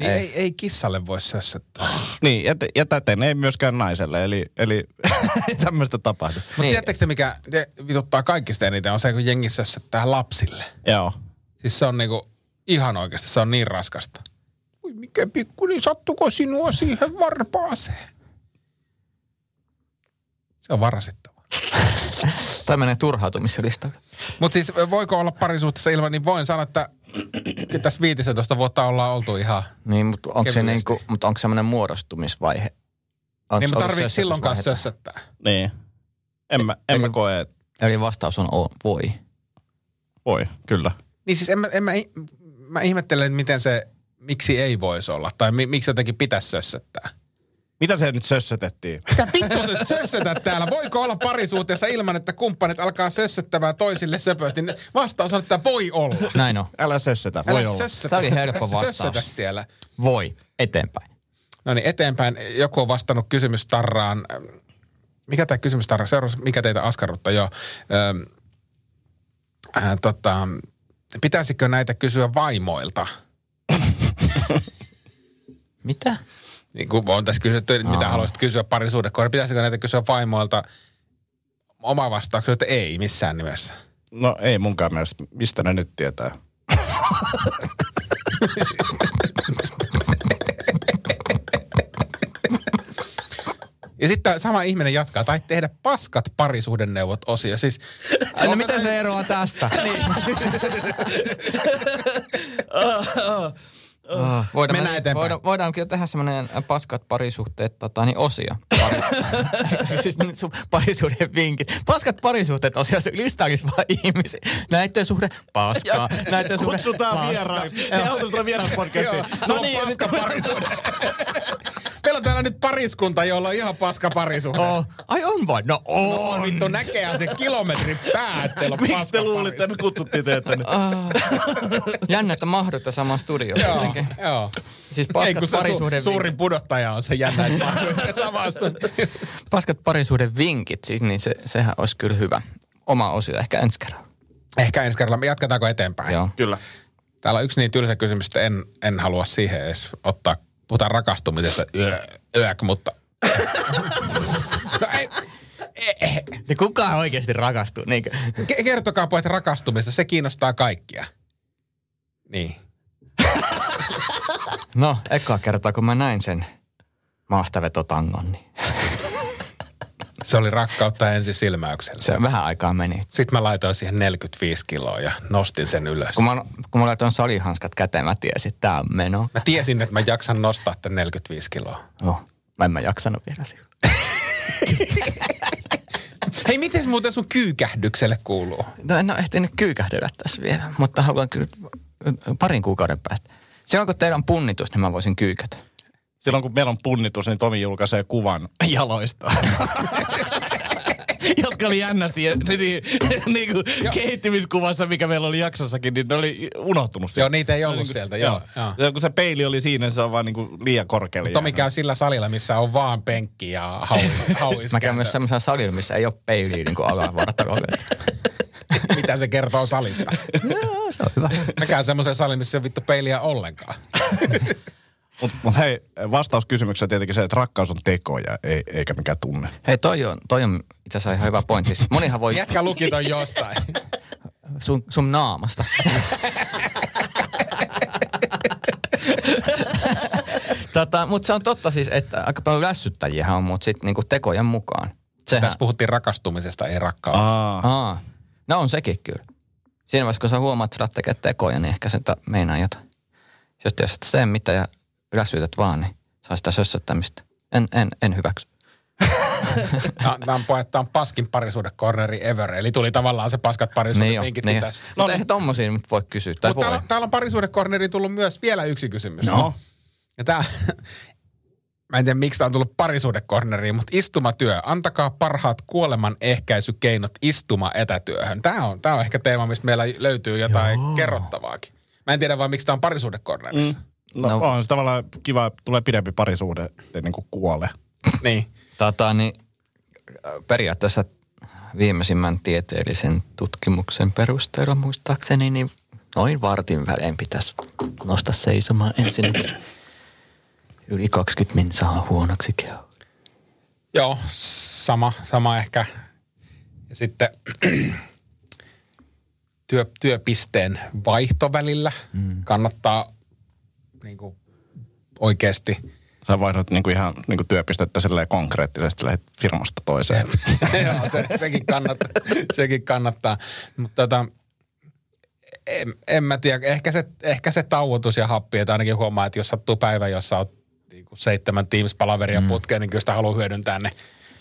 Niin ei, ei kissalle voi sössöttää. Niin, ja, ja täten ei myöskään naiselle, eli, eli ei tämmöistä tapahdu. Niin. Mutta tiedättekö te, mikä te vituttaa kaikista eniten, on se, kun jengi sössöttää lapsille. Joo. Siis se on niinku, ihan oikeasti, se on niin raskasta. Ui mikä pikku, niin sattuko sinua siihen varpaaseen? Se on varasittava. Tai menee turhautumislistalle. Mutta siis voiko olla parisuhteessa ilman, niin voin sanoa, että kyllä tässä 15 vuotta ollaan oltu ihan... Niin, mutta onko se Kevyesti. niinku, mutta onko semmoinen muodostumisvaihe? Onks niin mä ollut tarvitsen silloin kanssa sössötysvaihe? sössöttää. Niin. En mä, en mä Eli- koe, että Eli vastaus on o- voi. voi, kyllä. Niin siis en mä, en mä, i- mä ihmettelen, että miten se, miksi ei voisi olla, tai mi, miksi jotenkin pitäisi sössöttää. Mitä se nyt sössötettiin? Mitä vittu sä sössötät täällä? Voiko olla parisuhteessa ilman, että kumppanit alkaa sössöttämään toisille söpösti? Vastaus on, että voi olla. Näin on. Älä sössötä, Älä voi olla. sössötä, Tää oli helppo sössötä vastaus. siellä. Voi. Eteenpäin. No niin, eteenpäin. Joku on vastannut kysymystarraan. Mikä tämä kysymystarra? Seuraavaksi, mikä teitä askarruttaa? Joo. Öm, äh, tota, pitäisikö näitä kysyä vaimoilta? Mitä? Niin kuin on tässä kysytty, että mitä Aa. haluaisit kysyä parisuudekohdalla. Pitäisikö näitä kysyä vaimoilta? Oma vastaus on, että ei missään nimessä. No ei munkaan mielestä. Mistä ne nyt tietää? Ja sitten sama ihminen jatkaa, tai tehdä paskat parisuhdenneuvot osio. Siis, No mitä se eroaa tästä? Niin. Voidaan, Mennään eteenpäin. Ah, voidaan, voidaan kyllä tehdä semmoinen paskat parisuhteet äh, tota, niin osia. siis nyt sun parisuuden vinkit. Paskat parisuhteet on siellä listaakis vaan ihmisiä. Näiden suhde, paskaa. Näiden suhde, Kutsutaan paskaa. vieraan. Joo. Me halutaan tulla vieraan podcastiin. no niin, paska parisuhde. Meillä on täällä nyt pariskunta, jolla on ihan paska parisuhde. Oh. Ai on vai? No on. On vittu näkeä se kilometrin pää, että teillä on Miksi paska te luulitte, että me kutsuttiin teitä tänne? Jännä, että mahdutte samaan studioon. parisuhde. Jotenkin. Joo, joo. Siis Ei, paskat kun se parisuuden su- suurin pudottaja on se jännä, että mahdutte samasta. vinkit. Paskat parisuuden vinkit, siis, niin se, sehän olisi kyllä hyvä. Oma osio ehkä ensi kerralla. Ehkä ensi kerralla. Me Jatketaanko eteenpäin? Joo. Kyllä. Täällä on yksi niin tylsä kysymys, että en, en halua siihen edes ottaa. Puhutaan rakastumisesta, yö, yök, mutta... no ei, Niin kukaan oikeasti rakastuu. Niinkö? ke- kertokaa että rakastumista, se kiinnostaa kaikkia. Niin. No, eka kertaa kun mä näin sen maasta-vetotangon, niin Se oli rakkautta ensi silmäyksellä. se vähän aikaa meni. Sitten mä laitoin siihen 45 kiloa ja nostin sen ylös. Kun mä, kun mä laitoin salihanskat käteen, mä tiesin, että tää on meno. Mä tiesin, että mä jaksan nostaa tämän 45 kiloa. No, mä en mä jaksanut vielä silloin. Hei, miten se muuten sun kyykähdykselle kuuluu? No en ole ehtinyt kyykähdellä tässä vielä, mutta haluan kyllä parin kuukauden päästä. Silloin kun teillä on punnitus, niin mä voisin kyykätä. Silloin kun meillä on punnitus, niin Tomi julkaisee kuvan jaloista. Jotka oli jännästi niin, niin kuin kehittymiskuvassa, mikä meillä oli jaksossakin, niin ne oli unohtunut sieltä. Joo, niitä ei ollut sieltä, joo. joo. joo. Kun se peili oli siinä, niin se on vaan niin kuin liian korkealla. Tomi jäänyt. käy sillä salilla, missä on vaan penkki ja hauis. hauis Mä käyn myös semmoisella salilla, missä ei ole peiliä niin kuin alavartalolle. Mitä se kertoo salista? No, se on hyvä. Mä käyn semmoisen salin, missä ei ole vittu peiliä ollenkaan. Mut, mut hei, vastaus kysymykseen on tietenkin se, että rakkaus on teko ja ei, eikä mikään tunne. Hei, toi on, toi on itse asiassa ihan hyvä pointti. Siis monihan voi Jätkä luki ton jostain. sun, sun naamasta. tota, mutta se on totta siis, että aika paljon lässyttäjiä on, mutta sitten niinku tekojen mukaan. Sehän, Tässä puhuttiin rakastumisesta, ei rakkaudesta. Aa. aa, no on sekin kyllä. Siinä vaiheessa, kun sä huomaat, että sä alat tekee tekoja, niin ehkä se ta- meinaa jotain. Jos jos et tee mitään ja lässytät vaan, niin saa sitä sössöttämistä. En, en, en hyväksy. Tämä on, poe- tää on paskin parisuudekorneri ever. Eli tuli tavallaan se paskat Niin on, parisuudepinkit niin niin on. tässä. Mutta no, eihän tommosia nyt voi kysyä. Tai Mutta voi. täällä, täällä on parisuudekorneriin tullut myös vielä yksi kysymys. No. Ja tää, mä en tiedä miksi tää on tullut parisuudekorneriin, mutta istumatyö. Antakaa parhaat kuoleman ehkäisykeinot istuma etätyöhön. Tää on, tää on ehkä teema, mistä meillä löytyy jotain Joo. kerrottavaakin. Mä en tiedä vaan, miksi tää on parisuudekornerissa. No, No. no, on se tavallaan kiva, tulee pidempi parisuhde niinku ennen kuin kuolee. Mm. Niin. Tota, niin, periaatteessa viimeisimmän tieteellisen tutkimuksen perusteella muistaakseni, niin noin vartin välein pitäisi nostaa seisomaan ensin. Yli 20 min saa huonoksi keho. Joo, sama, sama ehkä. Ja sitten työ, työpisteen vaihtovälillä mm. kannattaa niin kuin, oikeasti. Sä vaihdat niinku ihan niinku työpistettä silleen konkreettisesti silleen firmasta toiseen. Joo, se, sekin, kannattaa, sekin kannattaa. Mutta tota, en, en mä tiedä, ehkä se, ehkä se tauotus ja happi, että ainakin huomaa, että jos sattuu päivä, jossa on niin kuin seitsemän Teams-palaveria mm. putkeen, niin kyllä sitä haluaa hyödyntää ne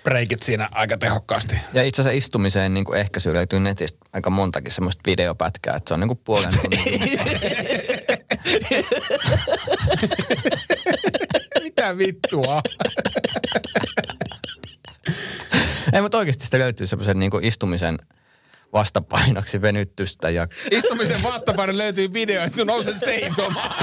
breikit siinä aika tehokkaasti. Ja itse asiassa istumiseen niin kuin ehkäisy löytyy netistä aika montakin semmoista videopätkää, että se on niin kuin puolen tunnin. Mitä vittua? Ei, mutta oikeasti sitä löytyy semmoisen niin kuin istumisen vastapainoksi venyttystä ja Istumisen vastapaino löytyy video, että nouse seisomaan.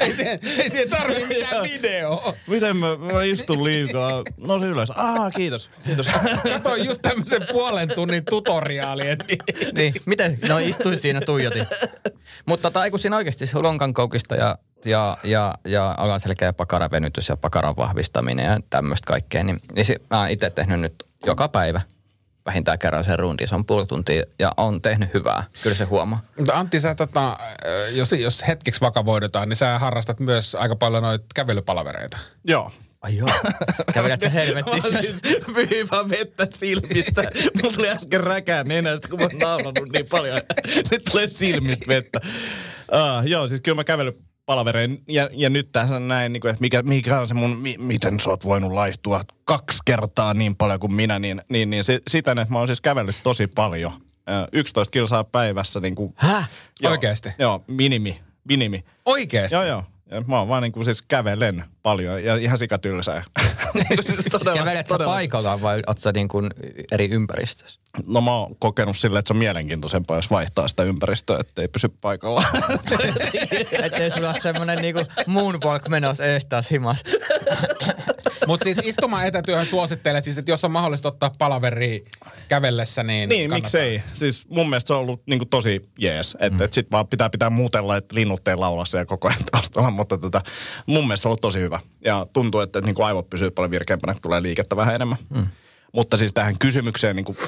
ei, siihen, ei siihen tarvii mitään videoa. Miten mä, mä istun liikaa? Nousi ylös. Aa, kiitos. Kiitos. Kato just tämmöisen puolen tunnin tutoriaali. Et niin, miten? No istuin siinä, tuijotin. Mutta tota, ei kun siinä oikeasti se lonkan koukista ja, ja, ja, ja alaselkä ja pakaravenytys ja pakaran vahvistaminen ja tämmöistä kaikkea. Niin, niin se, mä oon itse tehnyt nyt joka päivä vähintään kerran sen rundin. Se on puoli tuntia ja on tehnyt hyvää. Kyllä se huomaa. Mutta Antti, sä tota, jos, jos hetkeksi vakavoidutaan, niin sä harrastat myös aika paljon noita kävelypalavereita. Joo. Ai joo. Kävelet sä helvettissä. Pyhin vaan vettä silmistä. Mulla tuli äsken räkää nenästä, kun mä oon naurannut niin paljon. Nyt tulee silmistä vettä. Uh, joo, siis kyllä mä kävely, palavereen. Ja, ja nyt tässä on näin, niin kuin, että mikä, mikä on se mun, mi, miten sä oot voinut laihtua kaksi kertaa niin paljon kuin minä, niin, niin, niin se, sitä, että mä oon siis kävellyt tosi paljon. Ö, 11 kilsaa päivässä. Niin kuin, Häh? Joo. Oikeasti? Joo, minimi. minimi. Oikeasti? Joo, joo. Ja mä oon vaan niin kuin, siis kävelen paljon ja ihan sikatylsää. Niin kuin siis todella- Ja vedet sä todella. paikallaan vai oot sä niin kuin eri ympäristössä? No mä oon kokenut silleen, että se on mielenkiintoisempaa, jos vaihtaa sitä ympäristöä, ettei pysy paikallaan. Ettei sulla ole semmonen niinku moonwalk menossa ees taas himas. Mutta siis istuma-etätyöhön suosittelet siis, että jos on mahdollista ottaa palaveria kävellessä, niin niin, kannattaa. miksei. Siis mun mielestä se on ollut niin kuin tosi jees. Että mm. et sit vaan pitää pitää muutella, että linnut ei laula siellä koko ajan taustalla. Mutta tota, mun mielestä se on ollut tosi hyvä. Ja tuntuu, että niin kuin aivot pysyy paljon virkeämpänä, kun tulee liikettä vähän enemmän. Mm. Mutta siis tähän kysymykseen niin kuin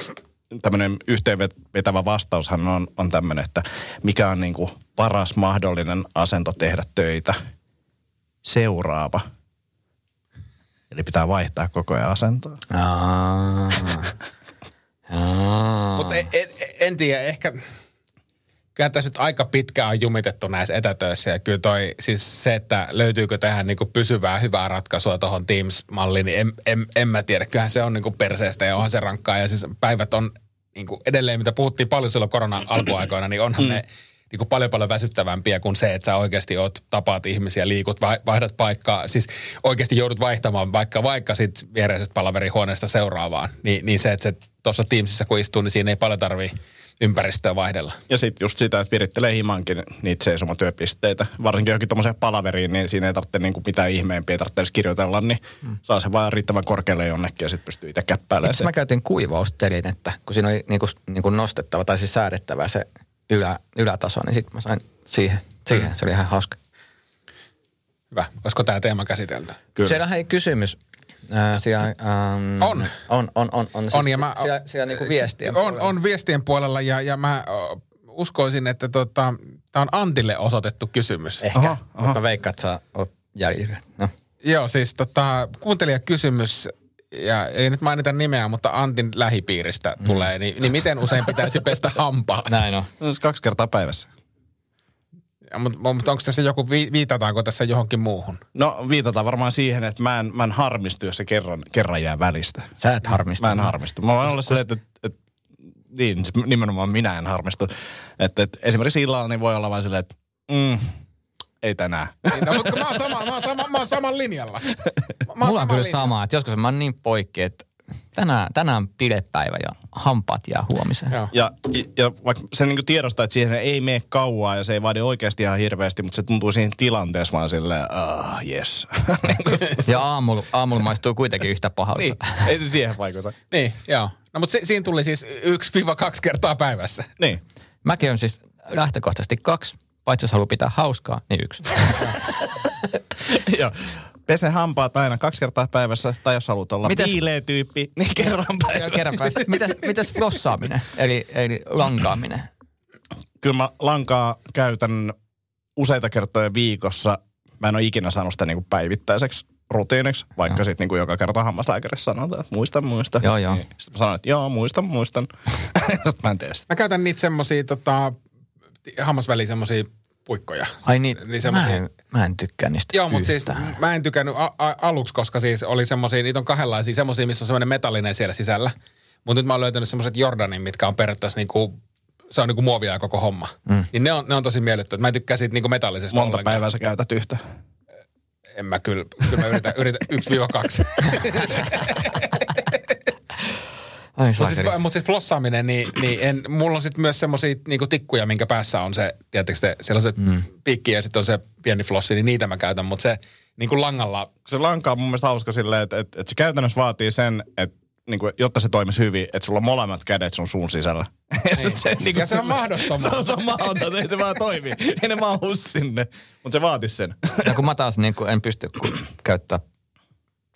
tämmöinen yhteenvetävä vastaushan on, on tämmöinen, että mikä on niin kuin paras mahdollinen asento tehdä töitä? Seuraava. Eli pitää vaihtaa koko ajan asentoa. Aa. Aa. Mutta en, en, e- en tiedä, ehkä... Kyllä tässä nyt aika pitkään on jumitettu näissä etätöissä ja kyllä toi, siis se, että löytyykö tähän niinku pysyvää hyvää ratkaisua tuohon Teams-malliin, niin en, en, en mä tiedä. Kyllähän se on niinku perseestä ja onhan se rankkaa ja siis päivät on niinku edelleen, mitä puhuttiin paljon silloin koronan alkuaikoina, niin onhan ne niinku paljon paljon väsyttävämpiä kuin se, että sä oikeasti oot, tapaat ihmisiä, liikut, vai- vaihdat paikkaa, siis oikeasti joudut vaihtamaan vaikka vaikka sit viereisestä palaverihuoneesta seuraavaan, niin, niin se, että se tuossa Teamsissa kun istuu, niin siinä ei paljon tarvii ympäristöä vaihdella. Ja sitten just sitä, että virittelee himankin niitä seisomatyöpisteitä. Varsinkin johonkin tuommoiseen palaveriin, niin siinä ei tarvitse niinku mitään ihmeempiä, ei tarvitse edes kirjoitella, niin mm. saa se vaan riittävän korkealle jonnekin ja sitten pystyy itse käppäilemään Itse sen. mä käytin kuivaustelinettä, kun siinä oli niinku, niinku nostettava tai siis säädettävä se ylä, ylätaso, niin sit mä sain siihen. siihen. Se oli ihan hauska. Hyvä. Olisiko tämä teema käsitelty? No Kyllä. Siellähän ei kysymys. Äh, siellä, ähm, On. On, on, on. On, On, ja mä- siis siellä, siellä niinku viestiä. On, on viestien puolella ja, ja mä ö, uskoisin, että tota, tämä on Antille osoitettu kysymys. Ehkä, aha, aha. mutta mä veikkaan, että sä oot jäljellä. No. Joo, siis tota, kuuntelijakysymys, ja ei nyt mainita nimeä, mutta Antin lähipiiristä mm. tulee, niin, niin miten usein pitäisi pestä hampaat? Näin on. Siis Kaksi kertaa päivässä. Mutta mut onko tässä joku, vi- viitataanko tässä johonkin muuhun? No viitataan varmaan siihen, että mä en, mä en harmistu, jos se kerran, kerran jää välistä. Sä et harmista. Mä en harmistu. Mä vaan olla se, että, että, että niin, se- nimenomaan minä en harmistu. Että, että esimerkiksi illalla niin voi olla vain silleen, että mm, ei tänään. No, mutta mä oon, sama, mä, oon sama, mä oon saman linjalla. Mä- Mä oon Mulla on saman kyllä linjalla. sama, että joskus mä oon niin poikki, että tänään, tänään on pidepäivä ja hampaat jää huomiseen. Joo. Ja, ja vaikka se niin tiedostaa, että siihen ei mene kauaa ja se ei vaadi oikeasti ihan hirveästi, mutta se tuntuu siinä tilanteessa vaan silleen, ah, yes. Ja aamulla, aamulla maistuu kuitenkin yhtä pahalta. niin, ei se siihen vaikuta. Niin, joo. No mutta si- siinä tuli siis 1-2 kertaa päivässä. Niin. Mäkin on siis lähtökohtaisesti kaksi, paitsi jos haluaa pitää hauskaa, niin yksi. ja pese hampaat aina kaksi kertaa päivässä, tai jos haluat olla Mites- Mites? viileä tyyppi, niin kerran Ja päivässä. kerran päästä. Mitäs, mitäs flossaaminen, eli, eli lankaaminen? Kyllä mä lankaa käytän useita kertoja viikossa. Mä en ole ikinä saanut sitä niin kuin päivittäiseksi rutiiniksi, vaikka sitten niin kuin joka kerta hammaslääkärissä sanotaan, että muista, muista. Joo, joo. Niin. Sitten mä sanon, että joo, muistan, muistan. sitten mä en tee sitä. Mä käytän niitä semmosia tota, hammasväliin semmosia puikkoja. Ai niin, Niin mä, semmosia- en, mä en tykkää niistä Joo, mutta siis yhtään. mä en tykännyt a- a- aluksi, koska siis oli semmosia, niitä on kahdenlaisia, semmosia, missä on semmoinen metallinen siellä sisällä. Mutta nyt mä oon löytänyt semmoiset Jordanin, mitkä on periaatteessa niinku, se on niinku muovia koko homma. Mm. Niin ne on, ne on tosi miellyttävät. Mä en tykkää siitä niinku metallisesta Monta päivää sä käytät yhtä. En mä kyllä, kyllä mä yritän, yritän 1-2. Ai Mutta siis, saakeli. mut siis flossaaminen, niin, niin en, mulla on sitten myös semmoisia niinku tikkuja, minkä päässä on se, tiedättekö te, siellä on se mm. piikki ja sitten on se pieni flossi, niin niitä mä käytän. Mutta se niinku langalla, se lanka on mun mielestä hauska silleen, että, että, että se käytännössä vaatii sen, että niin kuin, jotta se toimisi hyvin, että sulla on molemmat kädet sun suun sisällä. Niin. se, niin ja se on se mahdottomaa. on, se on mahdotonta, ei se vaan toimi. Ei ne mahu sinne, mutta se vaatisi sen. Ja kun mä taas niin kun en pysty ku- käyttää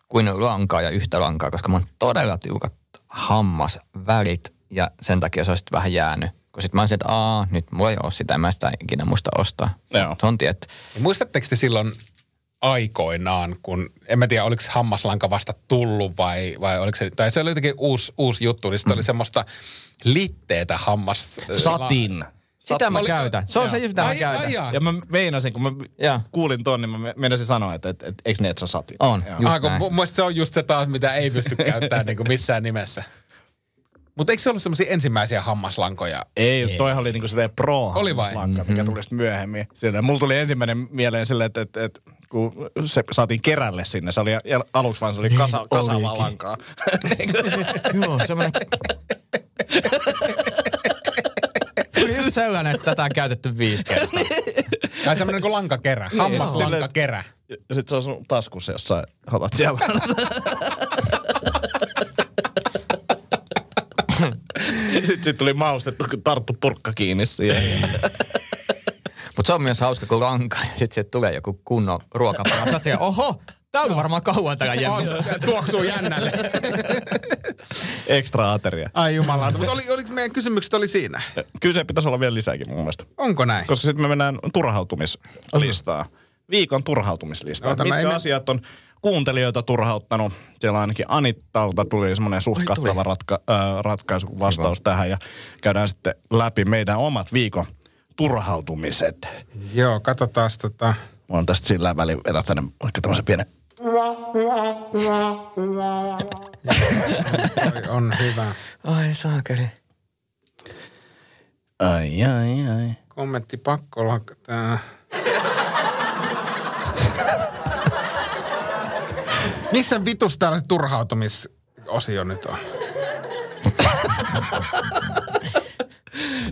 kuin lankaa ja yhtä lankaa, koska mä oon todella tiukat hammasvälit ja sen takia se on sit vähän jäänyt. Kun sit mä oon se, että aa, nyt mulla ei oo sitä, mä en sitä ikinä muista ostaa. Joo. Se on tietty. Niin Muistatteko te silloin aikoinaan, kun en mä tiedä oliko hammaslanka vasta tullut vai, vai oliko se, tai se Mm. oli jotenkin uusi, uusi juttu, niin se oli semmoista litteetä hammas... Satin. Sitä mä käytän. Se on se, Joo. mitä mä Ai- ai käytän. jaa. Ja mä meinasin, kun mä Joo. kuulin ton, niin mä me- meinasin sanoa, että et, et, eikö ne et sä sati? On, Joo. just Ah, kun näin. mun mielestä se on just se taas, mitä ei pysty käyttämään niin missään nimessä. Mutta eikö se ollut semmoisia ensimmäisiä hammaslankoja? Ei, Mm-hmm. ei, toihan oli niinku silleen pro Oli vai? slanka, mikä tuli sitten myöhemmin. Siinä, mulla tuli ensimmäinen mieleen silleen, että, että, että kun se saatiin kerälle sinne, se oli ja aluksi vaan se oli kasa, kasaavaa olikin. lankaa. Joo, semmoinen... Tuli just sellainen, että tätä on käytetty viisi Niin. kertaa. Tai semmoinen kuin lankakerä, hammaslankakerä. Ja sitten se on sun taskussa jossain, haluat siellä. sitten sit tuli maustettu, kun tarttu purkka kiinni siihen. Mutta se on myös hauska, kun lanka ja sitten sieltä tulee joku kunnon ruokapala. Sä oot siellä, oho, tää on varmaan kauan täällä On, jännissä. tuoksuu jännälle. Ekstra ateria. Ai jumalauta, mutta oli, oliko meidän kysymykset oli siinä? Kyllä se pitäisi olla vielä lisääkin mun mielestä. Onko näin? Koska sitten me mennään turhautumislistaa. Viikon turhautumislistaa. Ota, mä Mitkä en- asiat on kuuntelijoita turhauttanut? Siellä ainakin Anittalta tuli semmoinen suht kattava ratka, äh, ratkaisu, kun vastaus tähän. Ja käydään sitten läpi meidän omat viikon turhautumiset. Joo, katsotaan tota. Mä oon tästä sillä välin vedän tänne vaikka tämmöisen pienen... Toi on hyvä. Ai saakeli. Ai, ai, ai. Kommentti pakko olla tää. Missä vitus täällä se turhautumisosio nyt on?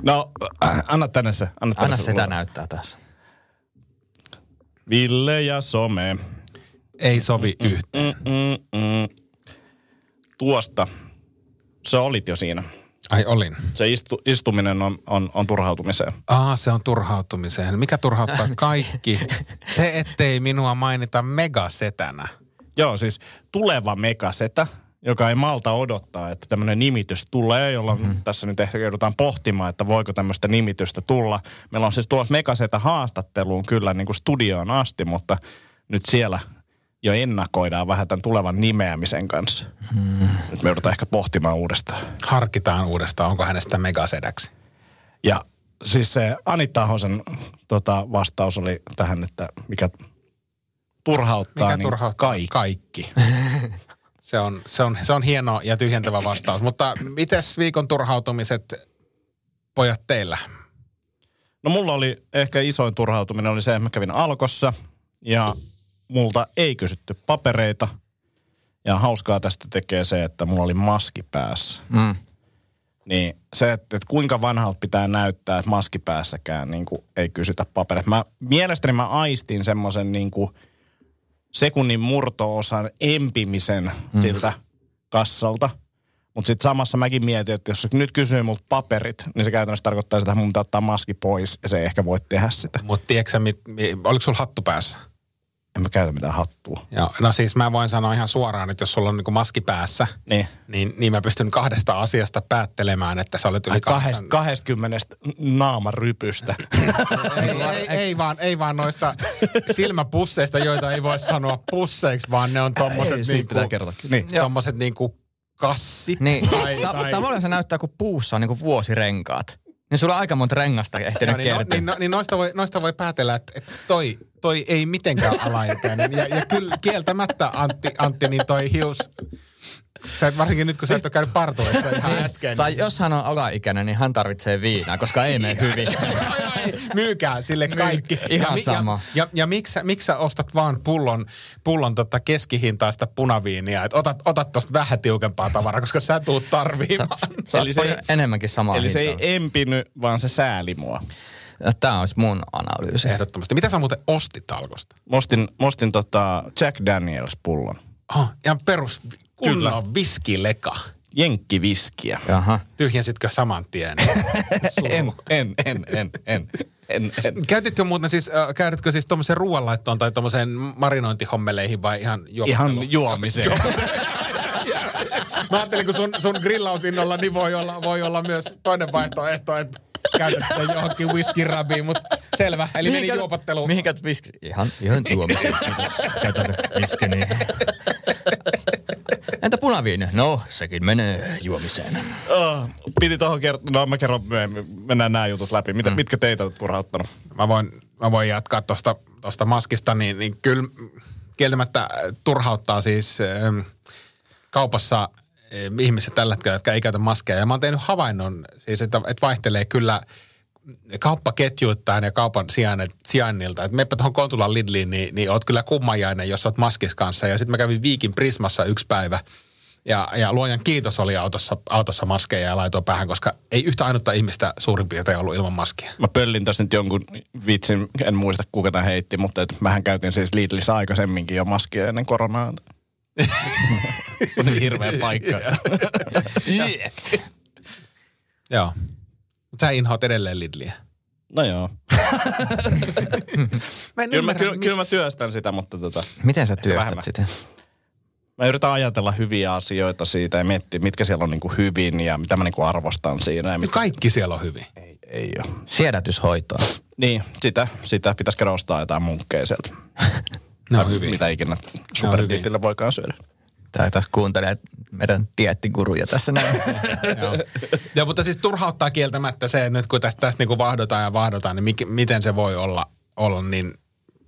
No, äh, anna tänne se. Anna, tänne Anna se sitä mulle. näyttää taas. Ville ja some. Ei sovi yhteen. Mm-mm. Tuosta. Sä olit jo siinä. Ai olin. Se istu, istuminen on, on, on turhautumiseen. Aa, se on turhautumiseen. Mikä turhauttaa kaikki? Se, ettei minua mainita megasetänä. Joo, siis tuleva megasetä, joka ei malta odottaa, että tämmöinen nimitys tulee, jolloin mm-hmm. tässä nyt ehkä joudutaan pohtimaan, että voiko tämmöistä nimitystä tulla. Meillä on siis tulossa megasetä haastatteluun kyllä niin kuin studioon asti, mutta nyt siellä jo ennakoidaan vähän tämän tulevan nimeämisen kanssa. Mm. Nyt me joudutaan ehkä pohtimaan uudestaan. Harkitaan uudestaan, onko hänestä megasedäksi. Ja siis se Anita Ahosen tota, vastaus oli tähän, että mikä turhauttaa, Mikä niin turhauttaa? kaikki. kaikki. se, on, se, on, se on hieno ja tyhjentävä vastaus. Mutta mites viikon turhautumiset, pojat teillä? No mulla oli ehkä isoin turhautuminen oli se, että mä kävin Alkossa ja multa ei kysytty papereita. Ja hauskaa tästä tekee se, että mulla oli maski päässä. Mm. Niin se, että, että kuinka vanhalta pitää näyttää, että maski päässäkään niin kuin ei kysytä papereita. Mä, mielestäni mä aistin semmoisen niin kuin sekunnin murto-osan empimisen mm. siltä kassalta. Mutta sitten samassa mäkin mietin, että jos se nyt kysyy multa paperit, niin se käytännössä tarkoittaa sitä, että mun pitää ottaa maski pois ja se ei ehkä voi tehdä sitä. Mutta tiedätkö mit, mi, oliko sulla hattu päässä? En mä käytä mitään hattua. Joo, no siis mä voin sanoa ihan suoraan, että jos sulla on niinku maski päässä, Niin. niin, niin mä pystyn kahdesta asiasta päättelemään, että sä olet yli Ai kahdeksan... kahdest- 20 naamarypystä. ei, ei, ei, vaan, ei vaan noista silmäpusseista, joita ei voi sanoa pusseiksi, vaan ne on tommoset Ei, siitä niinku, pitää kertoakin. Niin. tommoset niinku kassit. Niin, Tai, tai, tavallaan se näyttää kuin puussa on niinku vuosirenkaat. Niin sulla on aika monta rengasta ehtinyt Joo, niin, no, kertyä. niin, no, niin noista, voi, noista voi päätellä, että, että toi, toi ei mitenkään alaikäinen. Ja, ja kyllä kieltämättä Antti, Antti niin toi hius, sä et, varsinkin nyt kun sä et ole käynyt partureissa ihan äsken. Niin, niin- Tai jos hän on alaikäinen, niin hän tarvitsee viinaa, koska ei mene hyvin. Myykää sille kaikki. ihan ja, mi- sama. Ja, ja, ja miksi, sä- miksi sä ostat vaan pullon, pullon tota keskihintaista punaviiniä? Et otat, otat tosta vähän tiukempaa tavaraa, koska sä tuut tarviimaan. Sä Eli Eli se- se, enemmänkin samaa Eli se ei hintaa. empinyt, vaan se sääli mua. Tämä olisi mun analyysi. Ehdottomasti. Mitä sä muuten ostit alkosta? Mostin, mostin tota Jack Daniels pullon. Oh, ihan perus kunnon viskileka. Jenkkiviskiä. Jaha. Tyhjensitkö saman tien? En, en, en, en, en, en, en. Käytitkö muuten siis, äh, käytätkö siis tuommoiseen ruoanlaittoon tai tuommoiseen marinointihommeleihin vai ihan juoppelu? Ihan juomiseen. Mä ajattelin, kun sun, sun grillausinnolla, niin voi olla, voi olla myös toinen vaihtoehto, että käytät sitä johonkin whiskirabiin, mutta selvä. Eli meni juopotteluun. Mihinkä viski? Ihan, ihan tuomisen. Käytän viskeni. Entä punaviini? No, sekin menee juomiseen. Oh, piti tohon kertoa. No mä kerron myöhemmin. Mennään nämä jutut läpi. Mitä, mm. Mitkä teitä on turhauttanut? mä voin, mä voin jatkaa tuosta tosta maskista, niin, niin kyllä kieltämättä turhauttaa siis ähm, kaupassa ähm, ihmiset tällä hetkellä, jotka ei käytä maskeja. Ja mä oon tehnyt havainnon siis, että, että vaihtelee kyllä kauppaketjuittain ja kaupan sijainnet- sijainnilta. Et meppä tuohon Kontulan Lidliin, niin, niin oot kyllä kummajainen, jos oot maskis kanssa. Ja sitten mä kävin Viikin Prismassa yksi päivä. Ja, ja luojan kiitos oli autossa, autossa maskeja ja laitoin päähän, koska ei yhtä ainutta ihmistä suurin piirtein ollut ilman maskia. Mä pöllin tässä nyt jonkun vitsin, en muista kuka tämän heitti, mutta et mähän käytin siis Lidlissä aikaisemminkin jo maskia ennen koronaa. Se on niin hirveä paikka. Joo. Mutta sä inhoat edelleen Lidliä. no joo. Mä en Kyllä mä, kyllä, kyllä mä työstän sitä, mutta tota, Miten sä työstät vähemmän. sitä? mä yritän ajatella hyviä asioita siitä ja miettiä, mitkä siellä on niinku hyvin ja mitä mä niinku arvostan siinä. Ja Nyt mitkä, kaikki siellä on hyvin. ei, ei ole. Siedätyshoitoa. Niin, sitä, sitä. Pitäisikö ostaa jotain munkkeja sieltä? Ne on Tai hyvin. Mitä ikinä hyvin. superdiitillä voikaan syödä. Tää taas kuuntelee meidän diettiguruja tässä näin. Joo. Joo, mutta siis turhauttaa kieltämättä se, että nyt kun tästä, tästä niinku vahdotaan ja vahdotaan, niin mik, miten se voi olla, olla niin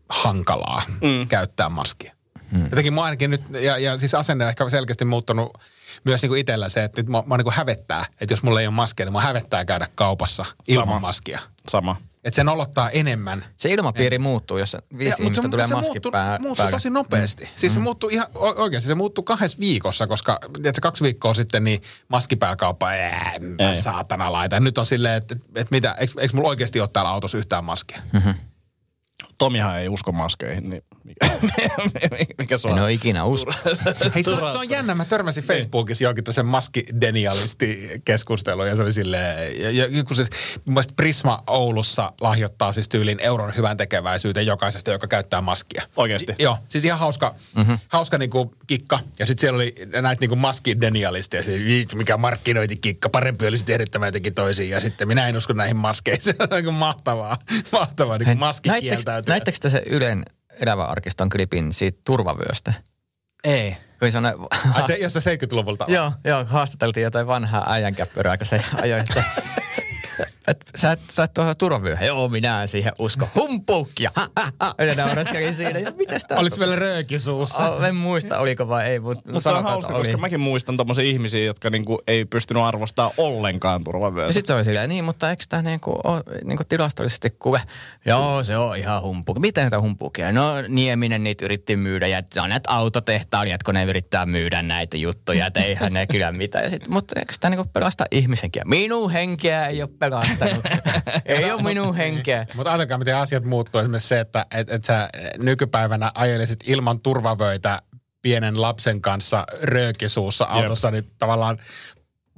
hankalaa mm. käyttää maskia. Mm. Jotenkin mä ainakin nyt, ja, ja siis asenne on ehkä selkeästi muuttunut myös niinku itsellä se, että nyt mua, mua niinku hävettää, että jos mulla ei ole maskia, niin mua hävettää käydä kaupassa ilman Sama. maskia. Sama. Että sen olottaa enemmän Se ilmapiiri muuttuu, jos viisi Ja, mut ihmistä tulee maski muuttuu, pää, muuttuu päälle. tosi nopeasti. Mm. Siis se muuttuu ihan, o- oikeasti se muuttuu kahdessa viikossa, koska tiedätkö, kaksi viikkoa sitten niin maskipääkauppa, ää, mä Ei. saatana laita. Nyt on silleen, että et, et mitä, eikö, eikö mulla oikeasti ole täällä autossa yhtään maskia? Tomihan ei usko maskeihin, niin mikä, mikä se on? no En ole ikinä usko. Hei, se, on- se on jännä, mä törmäsin Facebookissa johonkin tämmöisen maskidenialisti-keskusteluun ja se oli silleen, ja, ja, kun se, mun mielestä Prisma Oulussa lahjoittaa siis tyylin euron hyvän tekeväisyyteen jokaisesta, joka käyttää maskia. Oikeesti? Joo, siis ihan hauska, Mhm. mm-hmm. hauska niinku kikka. Ja sitten siellä oli näitä niinku maskidenialisteja, siis, "Viit, mikä markkinointikikka, parempi olisi tehdä tämä jotenkin toisin. Ja sitten minä en usko näihin maskeihin, se on niinku mahtavaa, mahtavaa Hei, niinku maski näittekö- kieltäytyä. Näittekö te se Ylen elävä arkiston klipin siitä turvavyöstä? Ei. Kun se on, Ai se, jos se 70-luvulta on. joo, joo, haastateltiin jotain vanhaa äijänkäppyrää, kun se ajoi, että et, sä et, sä et tuohon turvavyöhön. Joo, minä en siihen usko. Humpuukia! Ha, ha, ha. Ja naureskeli siinä. Ja mitäs tää? Oliko vielä röökisuussa? Oh, en muista, oliko vai ei, mutta mut Mutta on sanotaan, että hauska, oli. koska mäkin muistan tommosia ihmisiä, jotka niinku ei pystynyt arvostamaan ollenkaan Ja turvavyötä. sit se oli silleen, niin, mutta eikö tämä niinku, ole niinku tilastollisesti kuve? Joo, se on ihan humpuukia. Mitä näitä humpuukia? No Nieminen niitä yritti myydä ja se on näitä autotehtailijat, kun ne yrittää myydä näitä juttuja, että eihän ne kyllä mitään. Ja sit, mutta eikö tämä niinku pelasta ihmisenkin? Minun henkeä ei ole pelastanut. ei ole minun henkeä. Mutta ajatelkaa, miten asiat muuttuu. Esimerkiksi se, että et, et sä nykypäivänä ajelisit ilman turvavöitä pienen lapsen kanssa röökisuussa autossa, niin tavallaan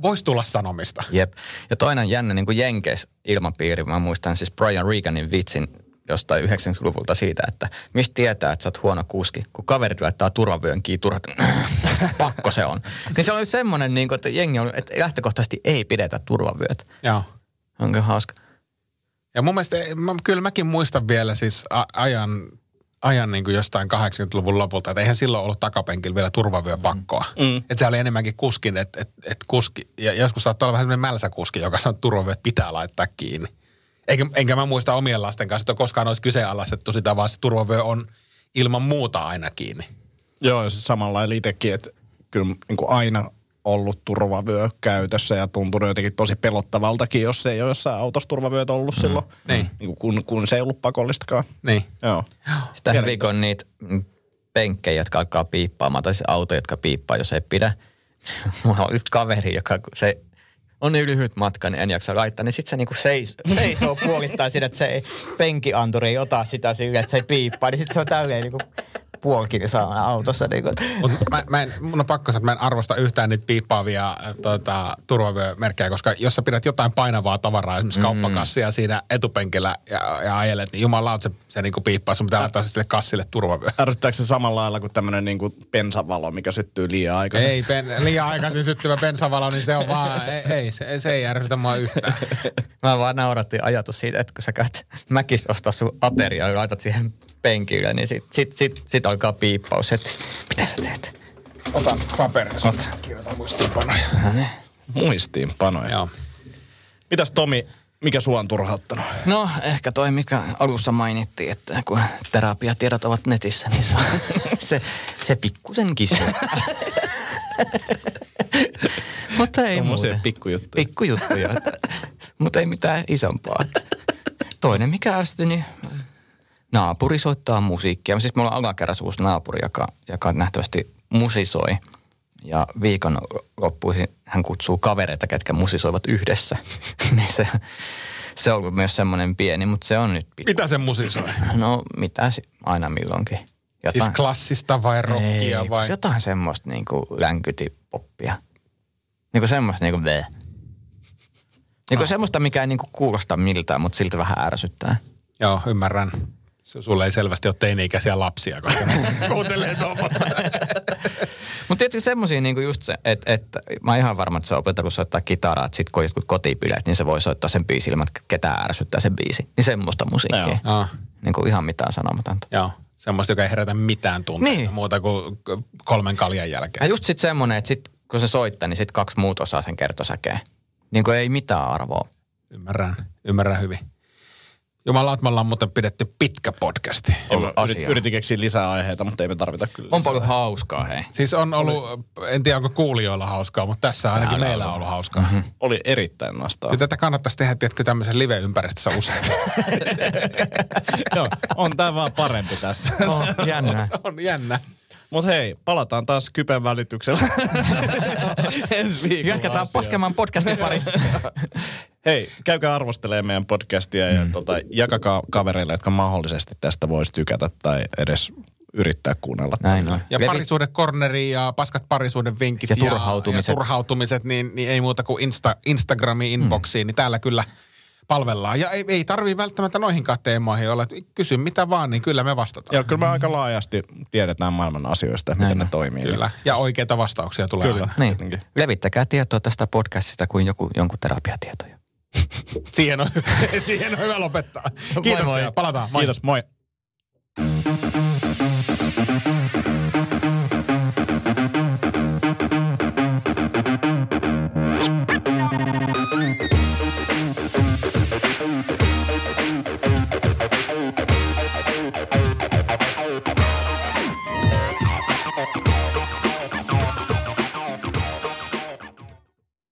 voisi tulla sanomista. Jep. Ja toinen jännä niin kuin Jenkeis ilmapiiri. Mä muistan siis Brian Reaganin vitsin jostain 90-luvulta siitä, että mistä tietää, että sä oot huono kuski, kun kaverit laittaa turvavyön kiinni turhat, pakko se on. Niin se oli semmoinen, niin kuin, että jengi on, että lähtökohtaisesti ei pidetä turvavyöt. Joo. Onko hauska? Ja mun mielestä, eh, mä, kyllä mäkin muistan vielä siis a- ajan, ajan niin kuin jostain 80-luvun lopulta, että eihän silloin ollut takapenkillä vielä turvavyöpakkoa. Mm. Että se oli enemmänkin kuskin, että et, et kuski, ja joskus saattaa olla vähän semmoinen mälsäkuski, joka sanoo, että turvavyöt pitää laittaa kiinni. Eikä, enkä mä muista omien lasten kanssa, että koskaan olisi kyseenalaistettu sitä, vaan se turvavyö on ilman muuta aina kiinni. Joo, ja siis samalla lailla itsekin, että kyllä niinku aina ollut turvavyö käytössä ja tuntunut jotenkin tosi pelottavaltakin, jos ei ole jossain autossa turvavyöt ollut Mm. silloin, Niin. Niinku kun, kun se ei ollut pakollistakaan. Niin. Joo. Sitä hyvin, kun on niitä mm, penkkejä, jotka alkaa piippaamaan, tai siis autoja, jotka piippaa, jos ei pidä. Mulla on yksi kaveri, joka kun se on niin lyhyt matka, niin en jaksa laittaa, niin sitten se niinku seis, seisoo puolittain siinä, että se ei, penkianturi ei ota sitä sillä, että se ei piippaa, niin sitten se on tälleen niinku puolikin saa autossa. Niinku. Mut mä, mä en, mun on pakko sanoa, että mä en arvosta yhtään niitä piippaavia äh, tota, turvavyömerkkejä, koska jos sä pidät jotain painavaa tavaraa, esimerkiksi mm. kauppakassia siinä etupenkillä ja, ja ajelet, niin jumalaut se, se niinku piippaa, sun pitää laittaa se sille kassille turvavyö. Ärsyttääkö se samalla lailla kuin tämmöinen niinku pensavalo, mikä syttyy liian aikaisin? Ei, ben, liian aikaisin syttyvä bensavalo, niin se on vaan, ei, ei se, se ei ärsytä mua yhtään. Mä vaan naurattiin ajatus siitä, että kun sä käyt mäkis ostaa sun ateria ja laitat siihen penkille, niin sit, sit, sit, sit alkaa piippaus, että mitä sä teet? Otan paperin. Kirjoitan muistiinpanoja. Muistiinpanoja. Joo. Mitäs Tomi, mikä sua on turhauttanut? No ehkä toi, mikä alussa mainittiin, että kun terapiatiedot ovat netissä, niin se, se, se pikkusen kismittää. Mutta ei Tommosia muuta. pikkujuttuja. Pikkujuttuja. Mutta ei mitään isompaa. Toinen, mikä ärsytti, niin naapuri soittaa musiikkia. Siis mulla on alakerras uusi naapuri, joka, joka nähtävästi musisoi. Ja viikon loppuisin hän kutsuu kavereita, ketkä musisoivat yhdessä. niin se, se on ollut myös semmoinen pieni, mutta se on nyt pitkä. Mitä se musisoi? No mitä si- aina milloinkin. Siis klassista vai rockia Ei, vai? Jotain semmoista niinku länkyti-poppia. Niinku semmoista niinku bleh. Ah. Niinku semmoista, mikä ei niinku kuulosta miltään, mutta siltä vähän ärsyttää. Joo, ymmärrän. Su- Sulle ei selvästi ole teini-ikäisiä lapsia, koska ne kuuntelee tuommoista. Mutta tietysti semmosia niinku just se, että et, mä oon ihan varma, että se on opetellut soittaa kitaraa, että sit kun on jotkut kotipileet, niin se voi soittaa sen biisi ilman, että ketään ärsyttää sen biisi. Niin semmoista musiikkia. Joo. Joo. Niinku ihan mitään sanomatonta. Joo, semmoista, joka ei herätä mitään tunteita Niin. niin. muuta kuin kolmen kaljan jälkeen. Ja just sit semmonen, että sit kun se soittaa, niin sit kaksi muut osaa sen kertosäkeen. Niinku ei mitään arvoa. Ymmärrän, ymmärrän hyvin. Jumala, me ollaan muuten pidetty pitkä podcasti. Joo, asiaa. Yritin keksiä lisää aiheita, mutta ei me tarvita kyllä. On lisää. paljon hauskaa, hei. Siis on ollut, en tiedä onko kuulijoilla hauskaa, mutta tässä ainakin Täällä meillä on on. ollut hauskaa. Mm-hmm. Oli erittäin nastaa. Ja tätä kannattaisi tehdä, tiedätkö, tämmöisen live-ympäristössä usein. Joo, on tämä vaan parempi tässä. Oh, jännää. on jännä. Mutta hei, palataan taas kypen välityksellä ensi viikolla. Jatketaan asiaan. paskemaan podcastin parissa. Hei, käykää arvostelemaan meidän podcastia ja tota, jakakaa kavereille, jotka mahdollisesti tästä voisi tykätä tai edes yrittää kuunnella. Näin on. Ja Levi- parisuudekorneri ja paskat parisuuden vinkit Ja turhautumiset. Hmm. ja turhautumiset niin, niin ei muuta kuin Insta, Instagramiin, inboxiin, niin täällä kyllä palvellaan. Ja ei, ei tarvii välttämättä noihinkaan teemoihin olla, että kysy mitä vaan, niin kyllä me vastataan. Ja kyllä me aika laajasti tiedetään maailman asioista, miten Näin ne on. toimii. Kyllä. Ja oikeita vastauksia tulee Kyllä. aina. Niin. Jotenkin. Levittäkää tietoa tästä podcastista kuin joku, jonkun terapiatietoja. Siihen on, siihen on hyvä lopettaa. Moi Kiitoksia. moi. Palataan. Moi. Kiitos, moi.